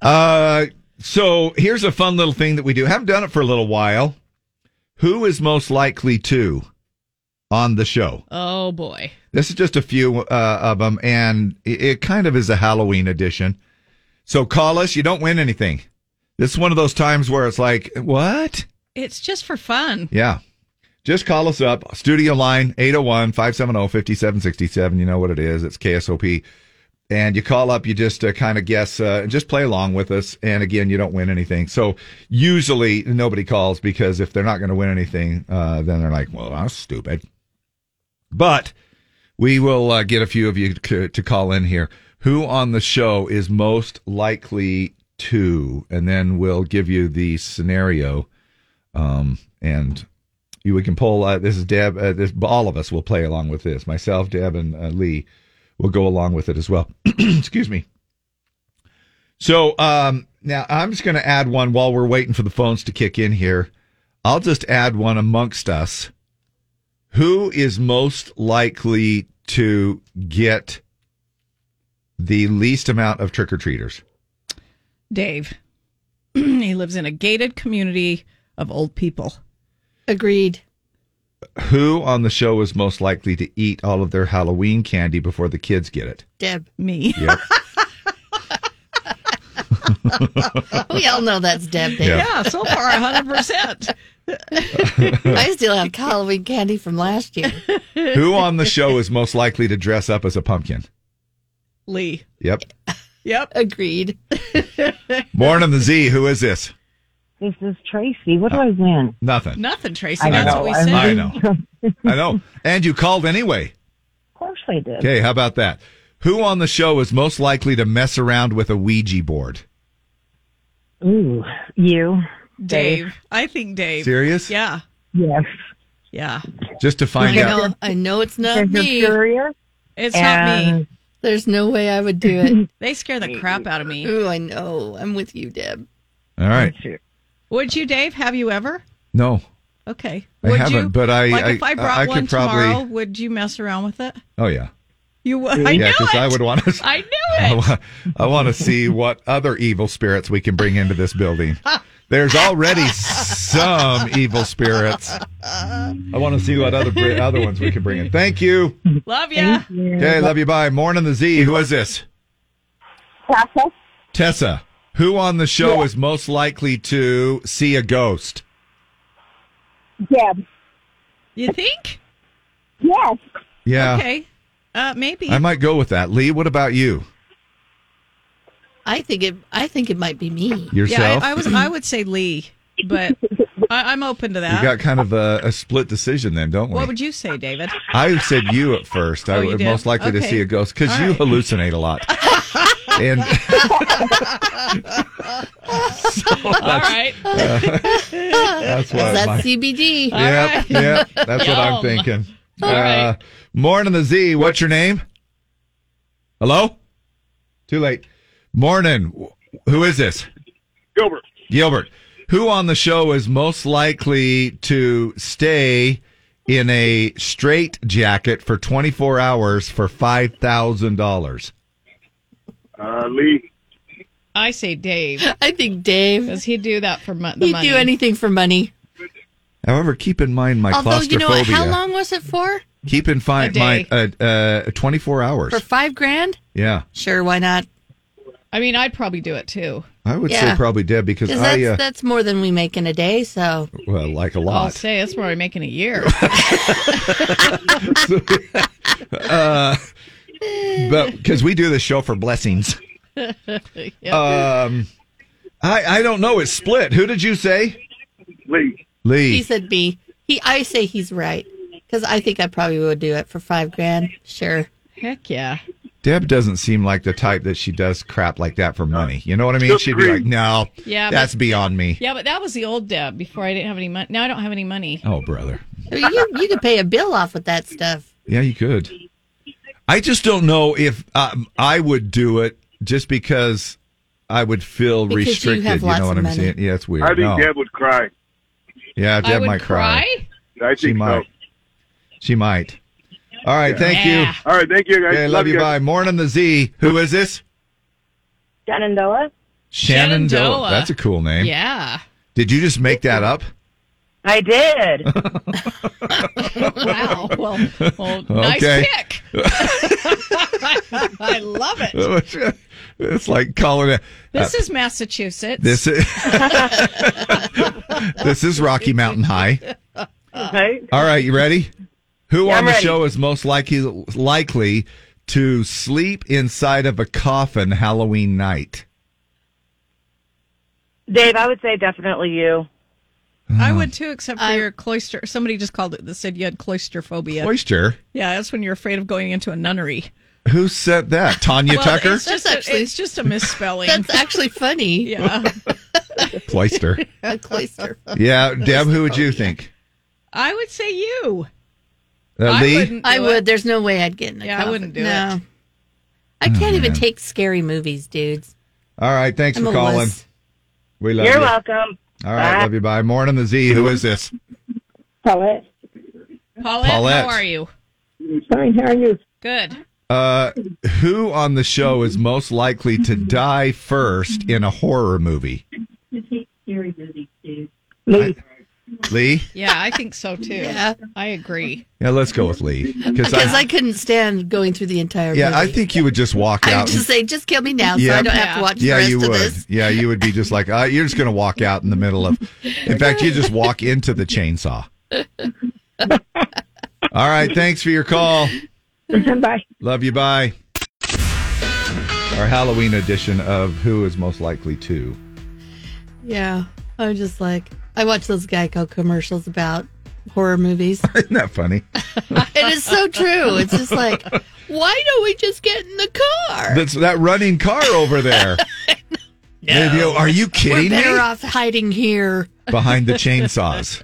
Uh, so here's a fun little thing that we do. Haven't done it for a little while. Who is most likely to on the show?
oh boy.
This is just a few uh, of them, and it, it kind of is a Halloween edition. So call us. You don't win anything. This is one of those times where it's like, what?
It's just for fun.
Yeah. Just call us up. Studio line 801 570 5767. You know what it is. It's KSOP. And you call up, you just uh, kind of guess uh, and just play along with us. And again, you don't win anything. So usually nobody calls because if they're not going to win anything, uh, then they're like, well, I'm stupid. But we will uh, get a few of you to, to call in here. Who on the show is most likely to? And then we'll give you the scenario. Um, and you we can pull. Uh, this is Deb. Uh, this all of us will play along with this. Myself, Deb, and uh, Lee will go along with it as well. Excuse me. So um, now I'm just going to add one while we're waiting for the phones to kick in here. I'll just add one amongst us. Who is most likely to get the least amount of trick or treaters?
Dave. he lives in a gated community of old people.
Agreed.
Who on the show is most likely to eat all of their Halloween candy before the kids get it?
Deb.
Me.
Yep.
We all know that's Deb. Dave.
Yeah.
Yeah, so far 100%.
I still have Halloween candy from last year.
Who on the show is most likely to dress up as a pumpkin?
Lee.
Yep.
Yep.
Agreed.
Born on the Z. Who is this?
This is Tracy. What do I win?
Nothing.
Nothing, Tracy.
I
That's
know,
what we
I'm-
said.
I know. I know. And you called anyway.
Of course I did.
Okay, how about that? Who on the show is most likely to mess around with a Ouija board?
Ooh, you.
Dave. I think Dave.
Serious?
Yeah.
Yes.
Yeah.
Just to find
I
out.
know, I know it's not
Because you're
me.
curious.
It's not
And-
me.
There's no way I would do it.
They scare the crap out of me.
Ooh, I know. I'm with you, Deb.
All right.
Would you, Dave? Have you ever?
No.
Okay.
I haven't,
you,
but I-
like
I-
if I brought
I could
one
probably-
tomorrow, would you mess around with it?
Oh, yeah.
You would. I
yeah,
knew it.
I would want to.
I knew
I
it.
want, I want to see what other evil spirits we can bring into this building. There's already some evil spirits. I want to see what other bri- other ones we can bring in. Thank you.
Love ya.
Okay, love you. Bye. Morning the Z. Who is this?
Process.
Tessa. Who on the show is most likely to see a ghost?
Deb.
You think?
Yes.
Yeah,
Okay. Uh, maybe.
I might go with that. Lee, what about you?
I think it. I think it might be me.
Yourself?
Yeah, I, I was. I would say Lee, but I, I'm open to that.
We got kind of a, a split decision then, don't we?
what would you say, David?
I said you at first. I
Oh, you
was
did?
most likely to
Okay.
see a ghost because
All
you
right.
hallucinate a lot. and So that's,
All right.
uh, that's what
that's
my-
CBD.
Yep, yep. That's what I'm thinking.
All
uh, Morning, the Z. What's your name? Hello. Too late. Morning. Wh- Who is this?
Gilbert.
Gilbert. Who on the show is most likely to stay in a straight jacket for 24 hours for five thousand dollars?
Uh, Lee.
I say Dave.
I think Dave.
Because he'd do that for mo- the
He'd
money.
do anything for money.
However, keep in mind my
Although you know
claustrophobia.
what? How long was it for?
Keep in mind
A
my uh, uh, 24 hours.
For five grand?
yeah.
Sure, why not?
I mean, I'd probably do it too.
I would
Yeah.
say probably Deb because
Because
I
that's,
uh,
that's more than we make in a day. So
well, like a
I'll
lot.
say that's what we're making a year.
uh, but because we do this show for blessings. Um, I I don't know. It's split. Who did you say?
Lee.
he
Lee.
said B. He, I say he's right because I think I probably would do it for five grand. Sure.
Heck yeah.
Deb doesn't seem like the type that she does crap like that for money. You know what I mean? She'd be like, no,
Yeah, but-
that's beyond me.
Yeah, but that was the old Deb before I didn't have any money. Now I don't have any money.
Oh, brother.
I mean, you you could pay a bill off with that stuff.
Yeah, you could. I just don't know if um, I would do it just because I would feel
Because you
restricted.
have lots
know what
of
I'm
money.
saying? Yeah, it's weird.
I think
No.
Deb would cry.
yeah, Deb might cry.
I think
She might. She might. All right, thank you.
All right, thank you guys.
Okay, love, you. Bye. Morning, the Z. Who is this?
Shenandoah?
Shannon
Shenandoah.
That's a cool name.
Yeah.
Did you just make that up?
I did.
wow. Well, well nice
Okay.
pick. I love it.
it's like calling it.
This
uh,
is Massachusetts.
this is this is Rocky Mountain High.
right?
All right, you ready? Who
Yeah,
on
I'm
the
ready.
show is most likely likely to sleep inside of a coffin Halloween night?
Dave, I would say definitely you.
I would too, except for your cloister. Somebody just called it that said you had cloistrophobia.
Cloister.
Yeah, that's when you're afraid of going into a nunnery.
Who said that? Tanya
Well,
Tucker?
It's just, a, it's just a misspelling.
That's actually funny.
Yeah.
Cloister.
a cloister.
Yeah, Deb, who would you think?
I would say you.
Uh, Lee?
I would. There's no way I'd get in a
Yeah, I
coffin.
wouldn't do
no.
it.
I can't
Oh,
even
man.
take scary movies, dudes.
All right, thanks
I'm
for
a
calling.
wuss.
We love you.
welcome.
All right, love you. Bye. Morning, the Z. Who is this?
Paulette.
Paulette,
Paulette.
how are you?
Fine, how are you?
Good.
Uh, who on the show is most likely to die first in a horror movie?
Lee.
Lee?
Yeah, I think so too. Yeah. I agree.
Yeah, let's go with Lee.
Because I, couldn't stand going through the entire
yeah,
movie.
I think you would just walk
I
out.
would just say, just kill me now so I
Yep.
don't have to watch
yeah,
the rest
you
of
would.
this.
Yeah, you would be just like uh, you're just going to walk out in the middle of. In fact, you just walk into the chainsaw. All right, thanks for your call.
Bye.
Love you. Bye. Our Halloween edition of Who is Most Likely to.
Yeah. I'm just like, I watch those Geico commercials about horror movies.
Isn't that funny?
it is so true. It's just like, why don't we just get in the car?
That's that running car over there. Video, are you
We're
kidding
better
me?
off hiding here.
Behind the chainsaws.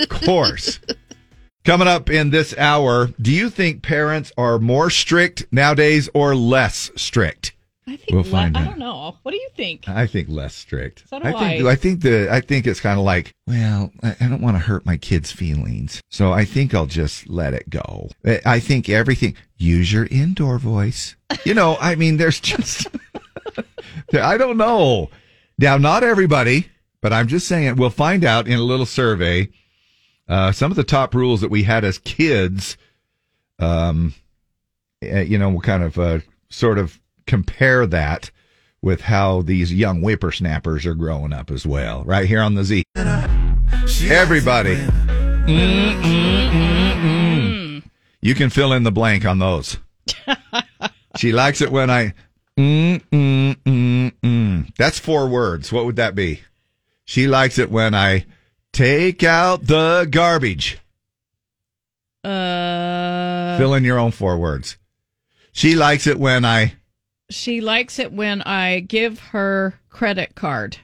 of course. Coming up in this hour, do you think parents are more strict nowadays or less strict?
I think
We'll
le-
find
I
out. Uh,
don't know. What do you think?
I think less strict.
So do
I think
I.
I think the I think it's kind of like, well, I I don't want to hurt my kids' feelings, so I think I'll just let it go. I- I think everything. Use your indoor voice. You know, I mean, there's just I don't know. Now, not everybody, but I'm just saying we'll find out in a little survey uh, some of the top rules that we had as kids. Um, uh, you know, we'll kind of uh, sort of compare that with how these young whippersnappers are growing up as well, right here on the Z. Everybody, Mm, mm, mm, mm. you can fill in the blank on those. she likes it when I. Mm, mm, mm, mm. That's four words. What would that be? She likes it when I take out the garbage.
Uh,
Fill in your own four words. She likes it when I.
she likes it when I give her credit card.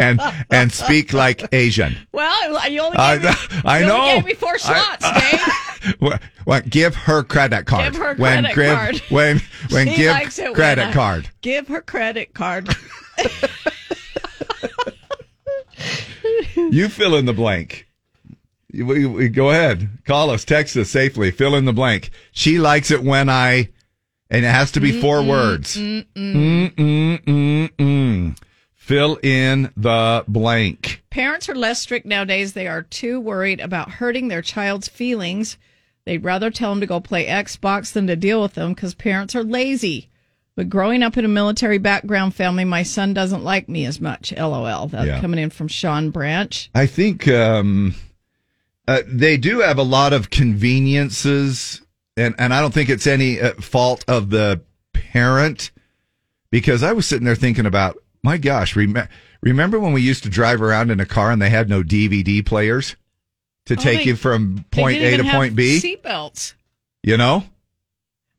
and and speak like Asian.
Well, you only
I-
gave me,
I
you
know.
Only gave me four slots, Dave.
What, what, give her credit card.
her credit
give,
card.
When when
She
give
likes it when
credit
I-
card.
Give her credit card.
You fill in the blank. You- we- we- go ahead. Call us. Text us safely. Fill in the blank. She likes it when I, and it has to be 4 words. Mm, mm, mm, mm. Fill in the blank.
Parents are less strict nowadays. They are too worried about hurting their child's feelings. They'd rather tell them to go play Xbox than to deal with them because parents are lazy. But growing up in a military background family, my son doesn't like me as much. LOL. That's
Yeah.
coming in from Sean Branch.
I think um, uh, they do have a lot of conveniences, and, and I don't think it's any uh, fault of the parent because I was sitting there thinking about, my gosh, rem- remember when we used to drive around in a car and they had no DVD players to
Oh,
take
they-
you from
They
point
didn't
A to
even have
point B?
Seatbelts.
you know?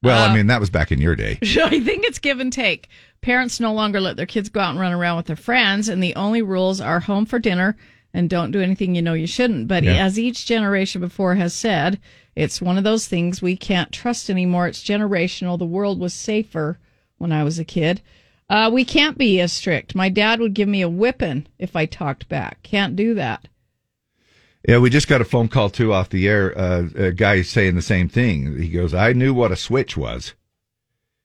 Well,
Uh,
I mean, that was back in your day.
I think it's give and take. Parents no longer let their kids go out and run around with their friends, and the only rules are home for dinner and don't do anything you know you shouldn't. But
Yeah.
as each generation before has said, it's one of those things we can't trust anymore. It's generational. The world was safer when I was a kid. Uh, we can't be as strict. My dad would give me a whipping if I talked back. Can't do that.
Yeah, we just got a phone call too off the air. Uh, a guy saying the same thing. He goes, "I knew what a switch was.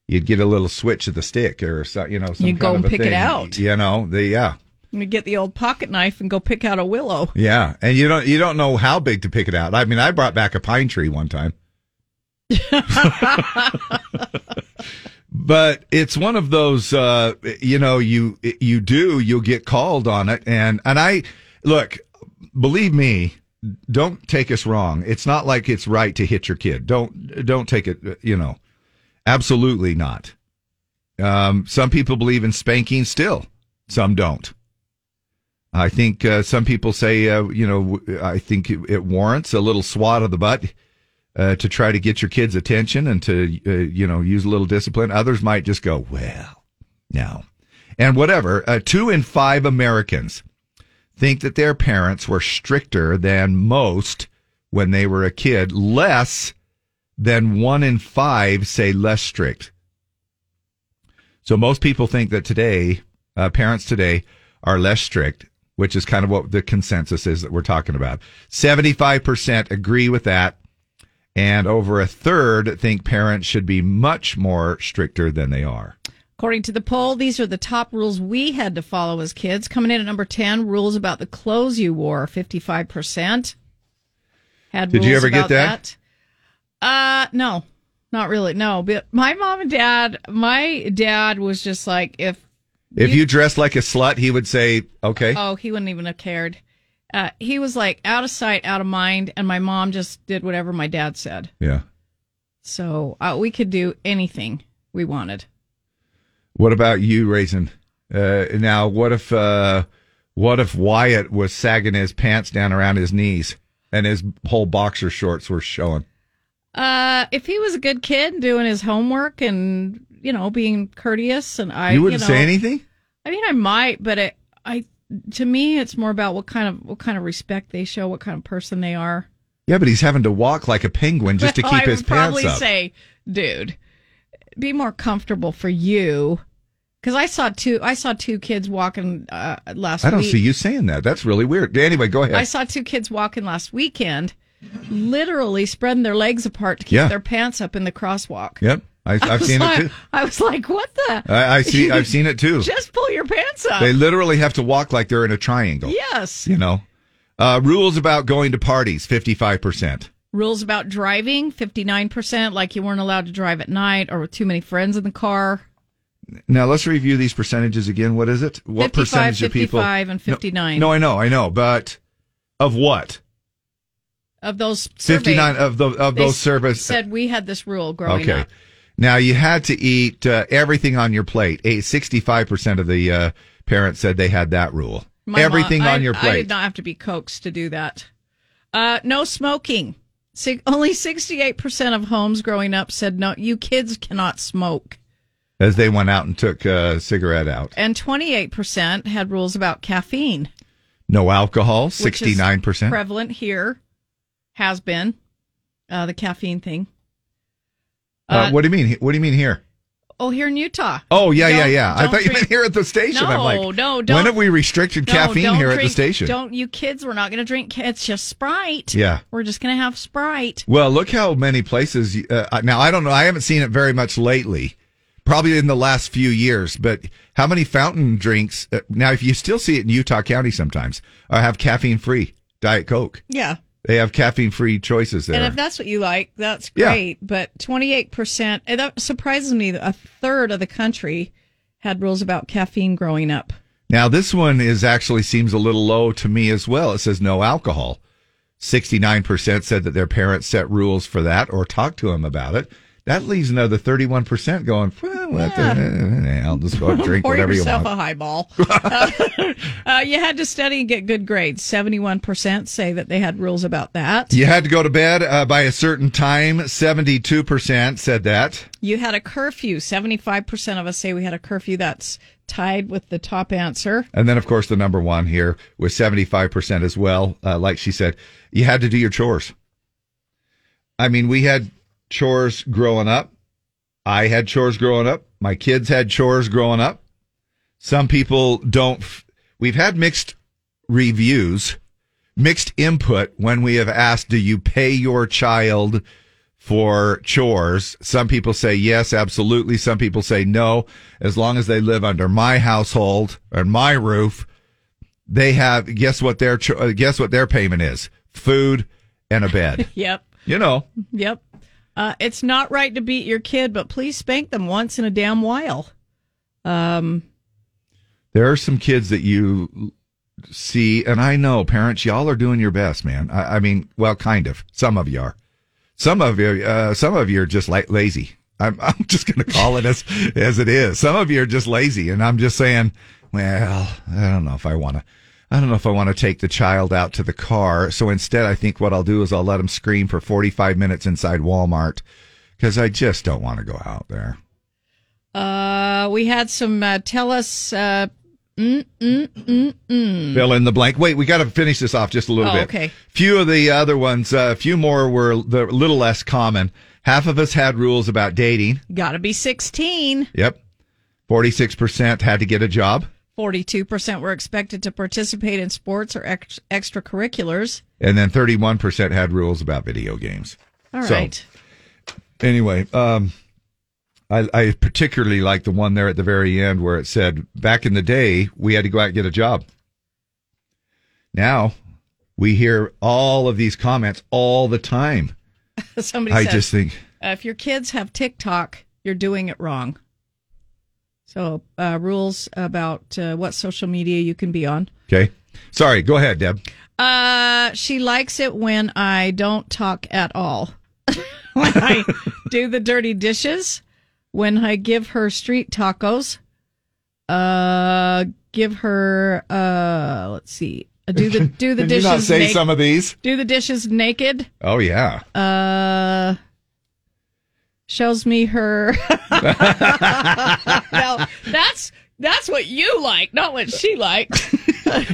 You'd get a little switch of the stick, or so, you know, some
You'd go
kind of
and
a
pick it
thing.
out.
You know, the yeah,
I'm gonna get the old pocket knife and go pick out a willow.
yeah, and you don't you don't know how big to pick it out. I mean, I brought back a pine tree one time, but it's one of those. Uh, you know, you you do you'll get called on it, and and I look, believe me. Don't take us wrong. It's not like it's right to hit your kid. Don't don't take it. You know, Absolutely not. Um, some people believe in spanking still, some don't. I think uh, some people say, uh, you know, w- I think it, it warrants a little swat of the butt uh, to try to get your kids' attention and to, uh, you know, use a little discipline. Others might just go, well, no. And whatever. Uh, two in five Americans think that their parents were stricter than most when they were a kid, less than one in five say less strict. So most people think that today, uh, parents today are less strict, which is kind of what the consensus is that we're talking about. 75% agree with that. And over a third think parents should be much more stricter than they are.
According to the poll, these are the top rules we had to follow as kids. Coming in at number 10, rules about the clothes you wore, 55%. Had
Did you
rules
ever get
about
that?
that. Uh, no, not really. No, but my mom and dad, my dad was just like, if,
If you dress like a slut, he would say, okay.
oh, he wouldn't even have cared. Uh, he was like out of sight, out of mind. And my mom just did whatever my dad said.
Yeah.
So uh, we could do anything we wanted.
What about you, Raisin? Uh, now, what if uh, what if Wyatt was sagging his pants down around his knees and his whole boxer shorts were showing?
Uh, if he was a good kid doing his homework and you know being courteous, and I
you wouldn't
know-
say anything.
I mean, I might, but it, I to me, it's more about what kind of what kind of respect they show, what kind of person they are.
Yeah, but he's having to walk like a penguin just to
Well,
keep
I
his
would probably
pants up.
say, dude, be more comfortable for you. Because I saw two, I saw two kids walking uh, last.
I don't
week.
see you saying that. That's really weird. Anyway, go ahead.
I saw two kids walking last weekend, literally spreading their legs apart to keep
Yeah.
their pants up in the crosswalk.
yep, I, I've
I was
seen
like,
it too.
I was like, what the?
I- I see- I've seen it too.
Just pull your pants up.
They literally have to walk like they're in a triangle.
yes.
You know, uh, rules about going to parties: fifty-five percent.
Rules about driving 59%, like you weren't allowed to drive at night or with too many friends in the car.
Now let's review these percentages again. What is it? What
55,
percentage of people?
55, and
No-
59.
No, I know, I know, but of what?
Of those surveyed,
59 of the- of
they
those surveys-
said we had this rule growing
okay.
up.
Now you had to eat uh, everything on your plate. Eight, 65% of the uh, parents said they had that rule.
My
everything
mom-
on
I-
your
I did
plate.
not have to be coaxed to do that. Uh, no smoking. Si- only 68% of homes growing up said no, you kids cannot smoke.
as they went out and took a cigarette out.
And 28% had rules about caffeine.
No alcohol,
which is
69%.
prevalent here, has been uh, the caffeine thing.
uh, what do you mean? What do you mean here?
Oh, here in Utah.
Oh, yeah, yeah,
Don't-
yeah. I
don't
thought you meant
drink-
here at the station. I'm
No,
like,
no, don't-
When have we restricted
No,
caffeine
don't
here at the
drink-
station?
Don't you kids? We're not going to drink. ca- It's just Sprite.
Yeah.
we're just going to have Sprite.
Well, look how many places. Uh, now, I don't know. I haven't seen it very much lately, probably in the last few years. But how many fountain drinks? Uh, now, if you still see it in Utah County sometimes, uh, have caffeine free Diet Coke.
Yeah,
They have caffeine free choices there.
and if that's what you like, that's
Yeah.
great. But twenty eight percent. That surprises me. that A third of the country had rules about caffeine growing up.
Now, this one is actually seems a little low to me as well. It says no alcohol. 69% said that their parents set rules for that or talked to them about it. That leaves another 31% going, well, what the- eh, eh, I'll just go drink
Pour
whatever you
yourself
want.
a highball. uh, you had to study and get good grades. Seventy one percent say that they had rules about that.
You had to go to bed uh, by a certain time. 72% said that.
You had a curfew. Seventy five percent of us say we had a curfew. That's tied with the top answer.
And then, of course, the number one here was 75% as well. Uh, like she said, you had to do your chores. I mean, we had chores growing up. I had chores growing up. My kids had chores growing up. Some people don't. F- We've had mixed reviews, mixed input when we have asked, do you pay your child for chores? Some people say yes, absolutely. Some people say no. As long as they live under my household and my roof, they have, guess what their, cho- uh, guess what their payment is? Food and a bed.
Yep.
you know.
Yep. Uh, it's not right to beat your kid, but please spank them once in a damn while. Um,
there are some kids that you see, and I know parents, y'all are doing your best, man. I, I mean, well, kind of. Some of you are. Some of you, uh, some of you are just like lazy. I'm, I'm just going to call it as as it is. Some of you are just lazy, and I'm just saying, well, I don't know if I want to. I don't know if I want to take the child out to the car. So instead, I think what I'll do is I'll let him scream for 45 minutes inside Walmart because I just don't want to go out there.
uh, we had some uh, tell us. Uh, mm, mm, mm, mm.
fill in the blank. Wait, we got to finish this off just a little
Oh,
bit.
okay.
Few of the other ones, a few more were the a little less common. Half of us had rules about dating.
Gotta be 16.
Yep. 46% had to get a job.
42% were expected to participate in sports or ex- extracurriculars.
And then 31% had rules about video games.
All
So,
right.
anyway, um, I, I particularly like the one there at the very end where it said, back in the day, we had to go out and get a job. Now we hear all of these comments all the time.
Somebody
I
said,
just think-
uh, if your kids have TikTok, you're doing it wrong. So, uh, rules about uh, what social media you can be on.
Okay. Sorry. Go ahead, Deb.
Uh, she likes it when I don't talk at all. when I do the dirty dishes, when I give her street tacos, uh, give her uh, let's see, uh, do the do the
Did you
dishes.
not say
naked-
some of these?
Do the dishes naked.
Oh yeah.
Uh, shows me her. no, that's that's what you like, not what she liked.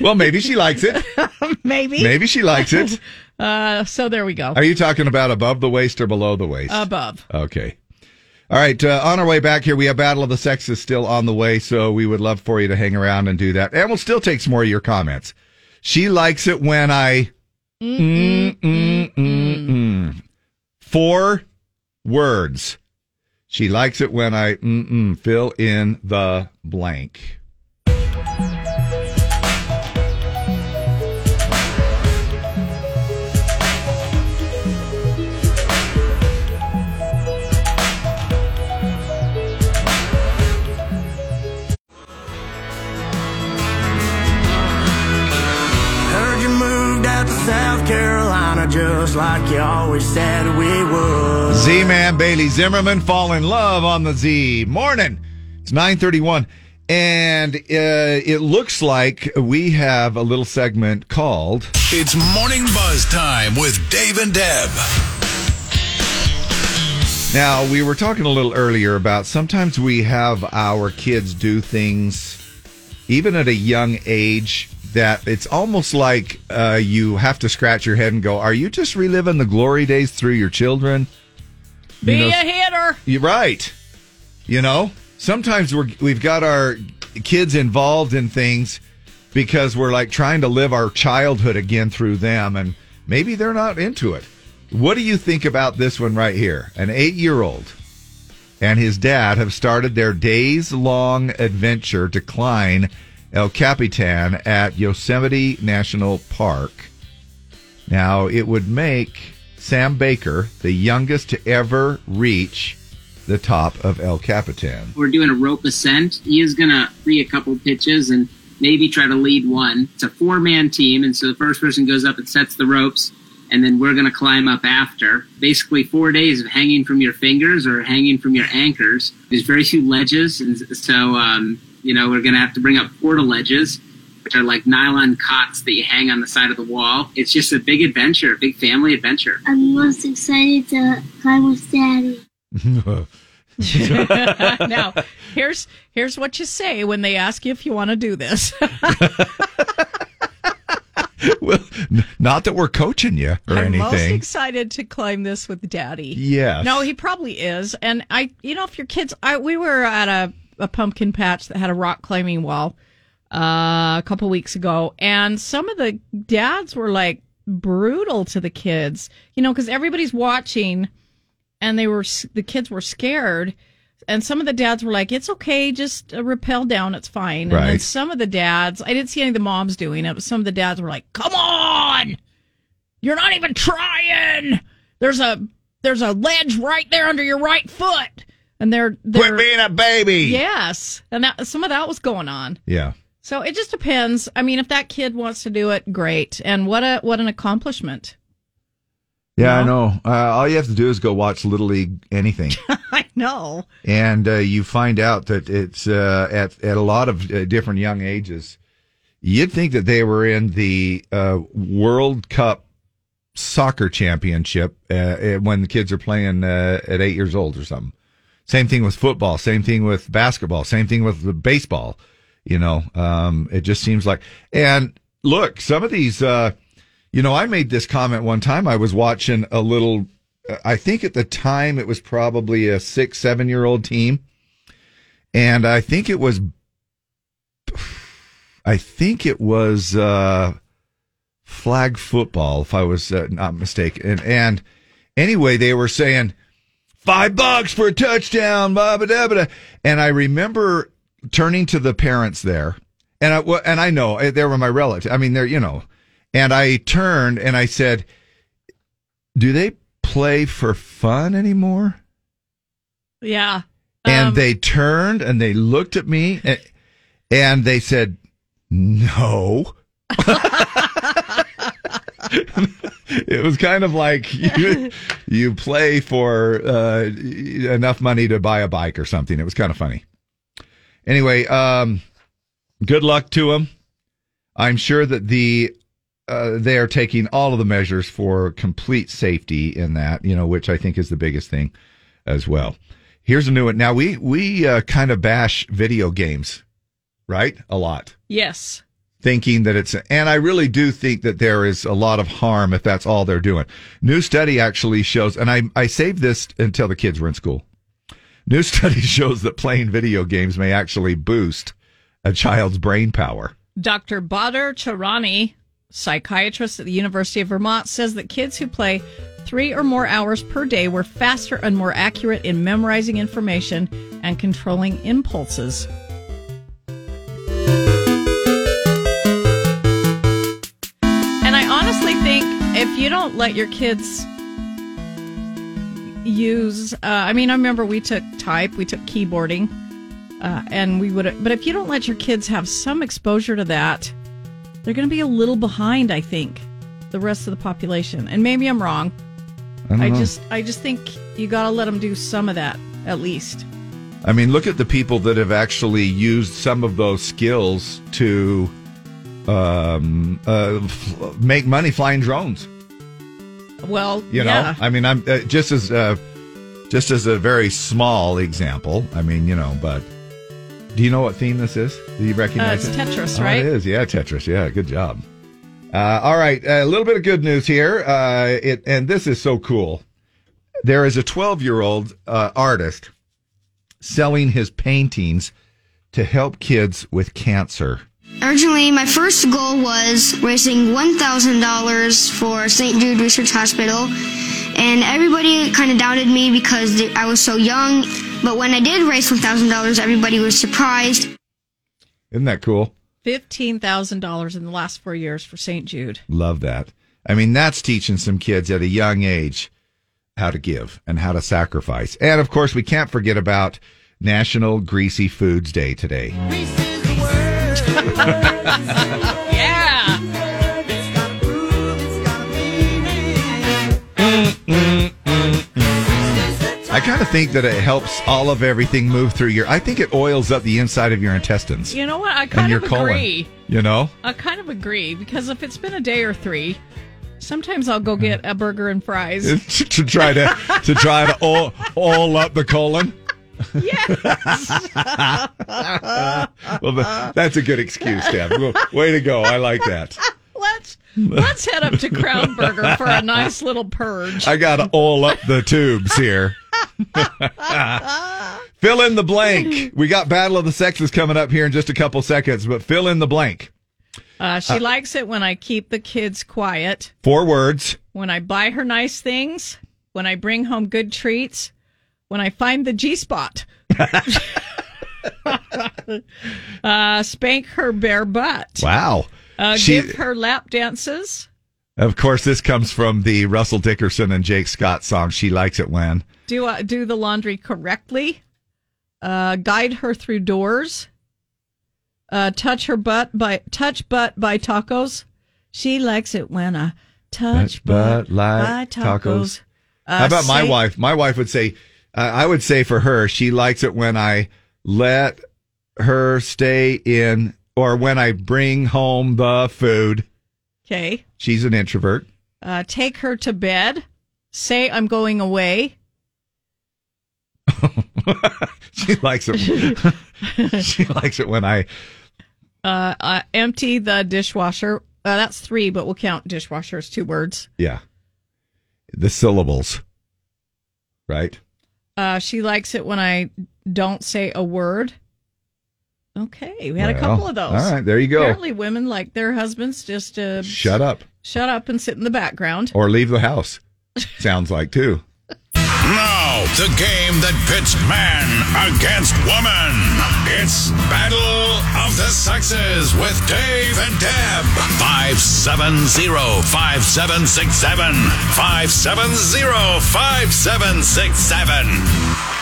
Well, maybe she likes it.
Maybe.
Maybe she likes it.
Uh, so there we go.
Are you talking about above the waist or below the
Uh.
waist?
Above.
Okay. All right. Uh, on our way back here, we have Battle of the Sexes still on the way, so we would love for you to hang around and do that. And we'll still take some more of your comments. She likes it when I. Mm, mm, mm, mm. Four words. She likes it when I mm, mm, fill in the blank.
Heard you moved out to South Carolina just like you always said we would.
Z Man Bailey Zimmerman fall in love on the Z morning. It's nine thirty one, and uh, it looks like we have a little segment called.
It's Morning Buzz time with Dave and Deb.
Now, we were talking a little earlier about sometimes we have our kids do things, even at a young age, that it's almost like uh, you have to scratch your head and go, Are you just reliving the glory days through your children? You
Be
know,
a hitter.
You're right. You know, sometimes we're, we've got our kids involved in things because we're like trying to live our childhood again through them, and maybe they're not into it. What do you think about this one right here? An eight year old and his dad have started their days long adventure to climb El Capitan at Yosemite National Park. Now, it would make Sam Baker the youngest to ever reach the top of El Capitan.
We're doing a rope ascent. He is going to free a couple pitches and maybe try to lead one. It's a four man team. And so the first person goes up and sets the ropes. And then we're going to climb up after. Basically, four days of hanging from your fingers or hanging from your anchors. There's very few ledges. And so, um, you know, we're going to have to bring up porta ledges, which are like nylon cots that you hang on the side of the wall. It's just a big adventure, a big family adventure.
I'm most excited to climb with Daddy.
now, here's here's what you say when they ask you if you want to do this.
Not that we're coaching you or
I'm most
anything.
excited to climb this with Daddy.
Yes.
No, he probably is. And I, you know, if your kids, I we were at a a pumpkin patch that had a rock climbing wall uh, a couple weeks ago, and some of the dads were like brutal to the kids, you know, because everybody's watching, and they were s- the kids were scared. And some of the dads were like, "It's okay, just uh, rappel down, it's fine." And then
Right.
some of the dads, I didn't see any of the moms doing it, but some of the dads were like, "Come on, you're not even trying. There's a there's a ledge right there under your right foot. And they're, they're
Quit being a baby.
Yes. And that, some of that was going on.
Yeah.
So it just depends. I mean, if that kid wants to do it, great. And what a what an accomplishment.
Yeah, I know. Uh, all you have to do is go watch Little League anything,
I know.
and uh, you find out that it's uh, at at a lot of uh, different young ages. You'd think that they were in the uh, World Cup soccer championship uh, uh, when the kids are playing uh, at eight years old or something. Same thing with football. Same thing with basketball. Same thing with the baseball. You know, um, it just seems like. And look, some of these. Uh, you know, I made this comment one time. I was watching a little, uh, I think at the time it was probably a six, seven year old team. And I think it was, I think it was, uh, flag football, if I was uh, not mistaken. And, and anyway, they were saying five bucks for a touchdown, blah, blah, blah, blah. And I remember turning to the parents there, and I well, and I know eh, they were my relative. I mean, they're you know, and I turned and I said, "Do they play for fun anymore?"
Yeah. Um,
and they turned and they looked at me and, and they said, "No." it was kind of like you, you play for uh, enough money to buy a bike or something. It was kind of funny. Anyway, um, good luck to them. I'm sure that the uh, they are taking all of the measures for complete safety in that, you know, which I think is the biggest thing as well. Here's a new one. Now we we uh, kind of bash video games, right? A lot
Yes.
thinking that it's and I really do think that there is a lot of harm if that's all they're doing. New study actually shows and I I saved this until the kids were in school. New study shows that playing video games may actually boost a child's brain power.
Dr. Badr Charani, psychiatrist at the University of Vermont, says that kids who play three or more hours per day were faster and more accurate in memorizing information and controlling impulses. And I honestly think if you don't let your kids use, uh, I mean, I remember we took type, we took keyboarding, uh, and we would, but if you don't let your kids have some exposure to that, they're going to be a little behind, I think, the rest of the population. And maybe I'm wrong.
don't
I
know.
just, I just think you got to let them do some of that at least.
I mean, look at the people that have actually used some of those skills to um, uh, f- make money flying drones.
Well,
You know,
yeah.
I mean, I'm uh, just as uh, Just as a very small example. I mean, you know, but do you know what theme this is? Do you recognize
Uh, it's
it?
Tetris,
Oh,
right?
It is. Yeah, Tetris. Yeah, good job. Uh, all right, a little bit of good news here. Uh, it and this is so cool. There is a 12-year-old uh, artist selling his paintings to help kids with cancer.
Originally, my first goal was raising $1,000 for St. Jude Research Hospital, and everybody kind of doubted me because th- I was so young. But when I did raise $1,000, everybody was surprised.
Isn't that cool?
Fifteen thousand dollars in the last four years for St. Jude.
Love that. I mean, that's teaching some kids at a young age how to give and how to sacrifice. And of course, we can't forget about National Greasy Foods Day today.
yeah.
I kind of think that it helps all of everything move through your. I think it oils up the inside of your intestines
You know what? I
and
kind
your
of
colon.
agree.
You know,
I kind of agree because if it's been a day or three, sometimes I'll go get a burger and fries.
to, to try to to try to oil, oil up the colon.
Yes.
well, th- that's a good excuse, Deb. Well, Way to go! I like that.
let's let's head up to Crown Burger for a nice little purge.
I got to oil up the tubes here. fill in the blank. We got Battle of the Sexes coming up here in just a couple seconds, but fill in the blank.
Uh, she
Uh,
likes it when I keep the kids quiet,
Four words.
when I buy her nice things, when I bring home good treats, when I find the G spot. uh, spank her bare butt.
Wow.
Uh,
She-
give her lap dances.
Of course, this comes from the Russell Dickerson and Jake Scott song, She Likes It When.
Do uh, do the laundry correctly. Uh, guide her through doors. Uh, touch her butt by touch butt by tacos. She likes it when I touch butt, by tacos. Uh,
How about my
say-
wife? My wife would say, uh, I would say for her, she likes it when I let her stay in or when I bring home the food.
Okay.
She's an introvert.
Uh, take her to bed. Say I'm going away.
She likes it. she likes it when I
Uh, uh, empty the dishwasher. Uh, that's three, but we'll count dishwasher as two words.
yeah. The syllables. Right?
Uh, she likes it when I don't say a word. Okay, we had a
Well,
couple of those.
all right, there you go.
Apparently, women like their husbands just to
Shut up
shut up and sit in the background.
or leave the house. Sounds like too.
Now, the game that pits man against woman. It's Battle of the Sexes with Dave and Deb.
570-5767. 570-5767.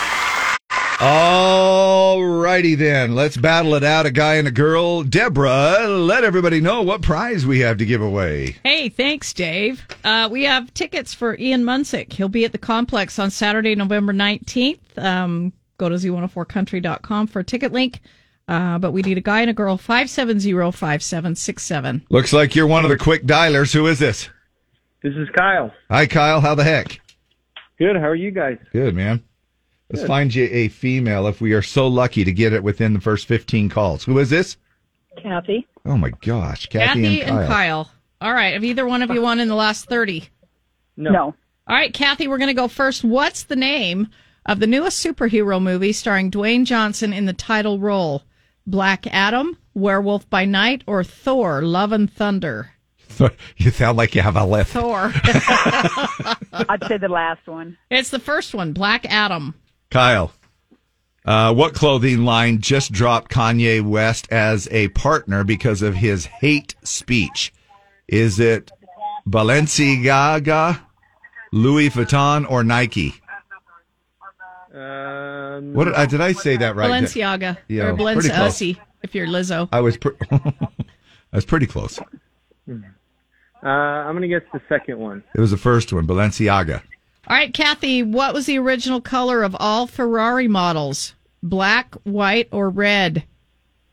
All righty then. Let's battle it out. A guy and a girl. Deborah, let everybody know what prize we have to give away.
Hey, thanks, Dave. Uh, we have tickets for Ian Munsick. He'll be at the complex on Saturday, November 19th. Um, go to z104country.com for a ticket link. Uh, but we need a guy and a girl, 570-5767.
Looks like you're one of the quick dialers. Who is this?
This is Kyle.
Hi, Kyle. How the heck?
Good. How are you guys?
Good, man. Let's
Good.
find you a female if we are so lucky to get it within the first 15 calls. Who is this?
Kathy.
Oh my gosh, Kathy, and, Kyle.
All right. Have either one of you won in the last 30?
No. no.
All right, Kathy, we're going to go first. What's the name of the newest superhero movie starring Dwayne Johnson in the title role? Black Adam, Werewolf by Night, or Thor, Love and Thunder?
you sound like you have a left.
Thor.
I'd say the last one.
It's the first one, Black Adam.
Kyle, uh, what clothing line just dropped Kanye West as a partner because of his hate speech? Is it Balenciaga, Louis Vuitton, or Nike?
Um,
What did I, did I say that right?
Balenciaga.
Yeah,
or
pretty close.
Balenciaga, if you're Lizzo.
I was pre- I was pretty close.
Uh, I'm gonna guess the second one.
It was the first one, Balenciaga.
All right, Kathy, what was the original color of all Ferrari models? Black, white, or red?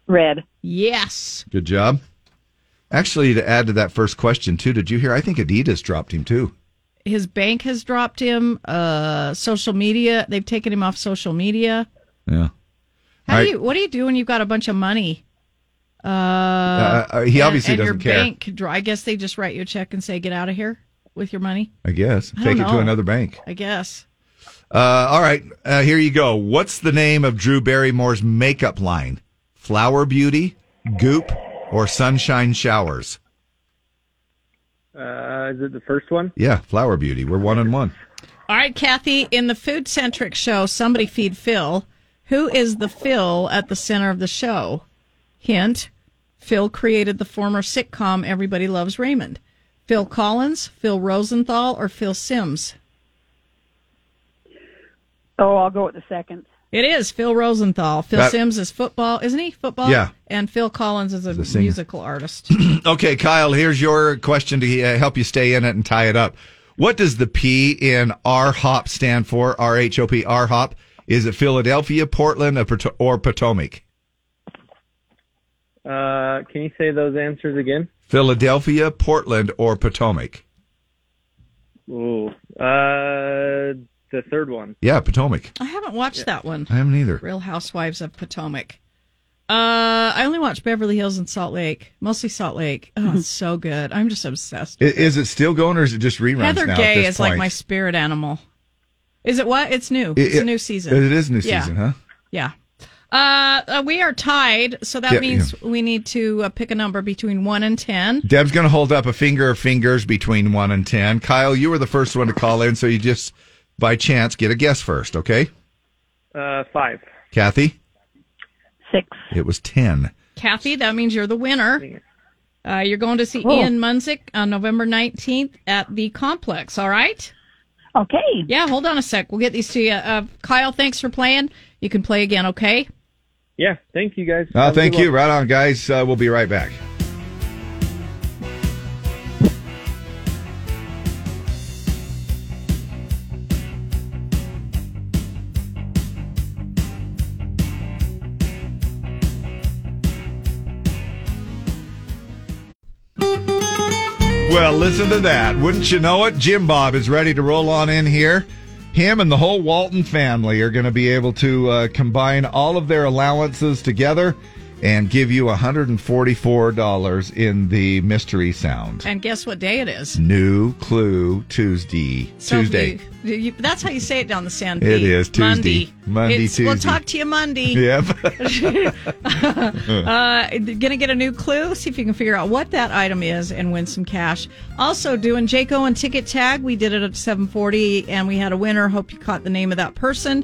Red.
Yes.
Good job. Actually, to add to that first question too, did you hear? I think Adidas dropped him too.
his bank has dropped him. Uh, social media, they've taken him off social media.
Yeah.
How
I-
do you? What do you do when you've got a bunch of money? Uh, uh
he obviously
and, and your
doesn't care.
Bank, dr- I guess they just write you a check and say, "Get out of here with your money."
I guess.
I don't
Take it to
know.
another bank.
I guess.
Uh, all right, uh, here you go. What's the name of Drew Barrymore's makeup line? Flower Beauty, Goop, or Sunshine Showers?
Uh, is it the first one?
Yeah, Flower Beauty. We're one on one.
All right, Kathy. In the food centric show, somebody feed Phil. Who is the Phil at the center of the show? Hint: Phil created the former sitcom Everybody Loves Raymond. Phil Collins, Phil Rosenthal, or Phil Sims?
Oh, I'll go with the second.
It is Phil Rosenthal. Phil
That-
Sims is football, isn't he? Football.
Yeah.
And Phil Collins is a
a singer.
musical artist.
okay, Kyle, here's your question to uh, help you stay in it and tie it up. What does the P in RHOP stand for? R H O P, RHOP. Is it Philadelphia, Portland, or Pot- or Potomac?
Uh, can you say those answers again?
Philadelphia, Portland, or Potomac?
Ooh. Uh, the third one.
Yeah, Potomac.
I haven't watched that one.
I haven't either.
Real Housewives of Potomac. Uh, I only watch Beverly Hills and Salt Lake, mostly Salt Lake. Oh, it's so good. I'm just obsessed.
I- Is Mm-hmm. it still going or is it just reruns
Heather
now at
Gay
this
is like
point?
my spirit animal. Is it what? It's new.
It-
it's a
it-
new season.
It is new
Yeah.
season, huh?
Yeah. Uh, uh, we are tied, so that
Yeah,
means we need to uh, pick a number between one and ten.
Deb's going to hold up a finger of fingers between 1 and 10. Kyle, you were the first one to call in, so you just, by chance, get a guess first, okay?
Uh, five.
Kathy?
Six.
It was 10.
Kathy, that means you're the winner. Uh, you're going to see
Cool.
Ian Munzik on November 19th at the complex, all right?
Okay.
Yeah, hold on a sec. We'll get these to you. Uh, Kyle, thanks for playing. You can play again, okay?
Yeah. Thank you guys.
Oh,
Have a
thank
good
you.
one.
Right on, guys. Uh, we'll be right back. Well, listen to that. Wouldn't you know it? Jim Bob is ready to roll on in here. Him and the whole Walton family are going to be able to uh, combine all of their allowances together and give you $144 in the mystery sound.
And guess what day it is?
New Clue Tuesday.
So if
Tuesday.
you- you- that's how you say it down the sand.
It is Tuesday.
Monday.
Monday,
It's- We'll
Tuesday.
talk to you Monday.
Yep.
uh, gonna get a new clue. See if you can figure out what that item is and win some cash. Also, doing Jake Owen ticket tag. We did it at seven forty, and we had a winner. Hope you caught the name of that person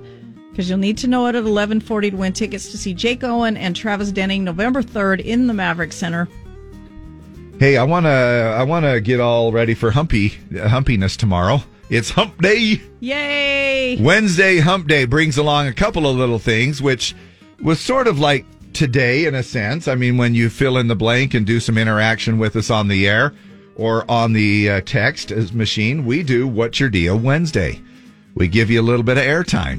because you'll need to know it at eleven forty to win tickets to see Jake Owen and Travis Denning November third in the Maverick Center.
Hey, I wanna I wanna get all ready for Humpy uh, Humpiness tomorrow. It's Hump Day.
Yay!
Wednesday Hump Day brings along a couple of little things, which was sort of like today in a sense. I mean, when you fill in the blank and do some interaction with us on the air or on the uh, text as machine, we do What's Your Deal Wednesday. We give you a little bit of airtime.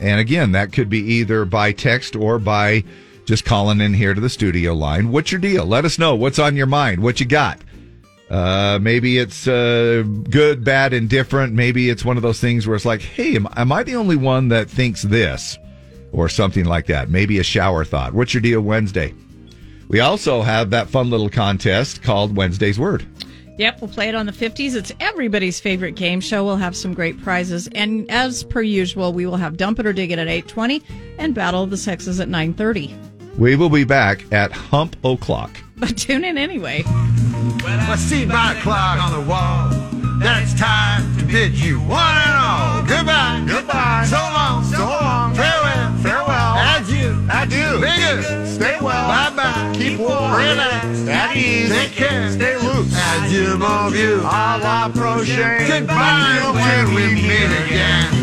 And again, that could be either by text or by just calling in here to the studio line. What's your deal? Let us know what's on your mind, what you got. Uh, maybe it's uh, good, bad, indifferent. Maybe it's one of those things where it's like, hey, am, am I the only one that thinks this? Or something like that. Maybe a shower thought. What's your deal Wednesday? We also have that fun little contest called Wednesday's Word.
Yep, we'll play it on the 50s. It's everybody's favorite game show. We'll have some great prizes. And as per usual, we will have Dump It or Dig It at 8.20 and Battle of the Sexes at 9.30.
We will be back at Hump O'Clock.
But tune in anyway.
I see my clock on the wall. That's time to bid you one and all goodbye. Goodbye. So long. So long. Farewell. Farewell. Adieu. Adieu. Bigger. Stay well. Bye bye. Keep warm. Relax. At ease. Take care. Stay loose. Adieu, mon vieux. Au revoir, prochain. Goodbye. When we meet again.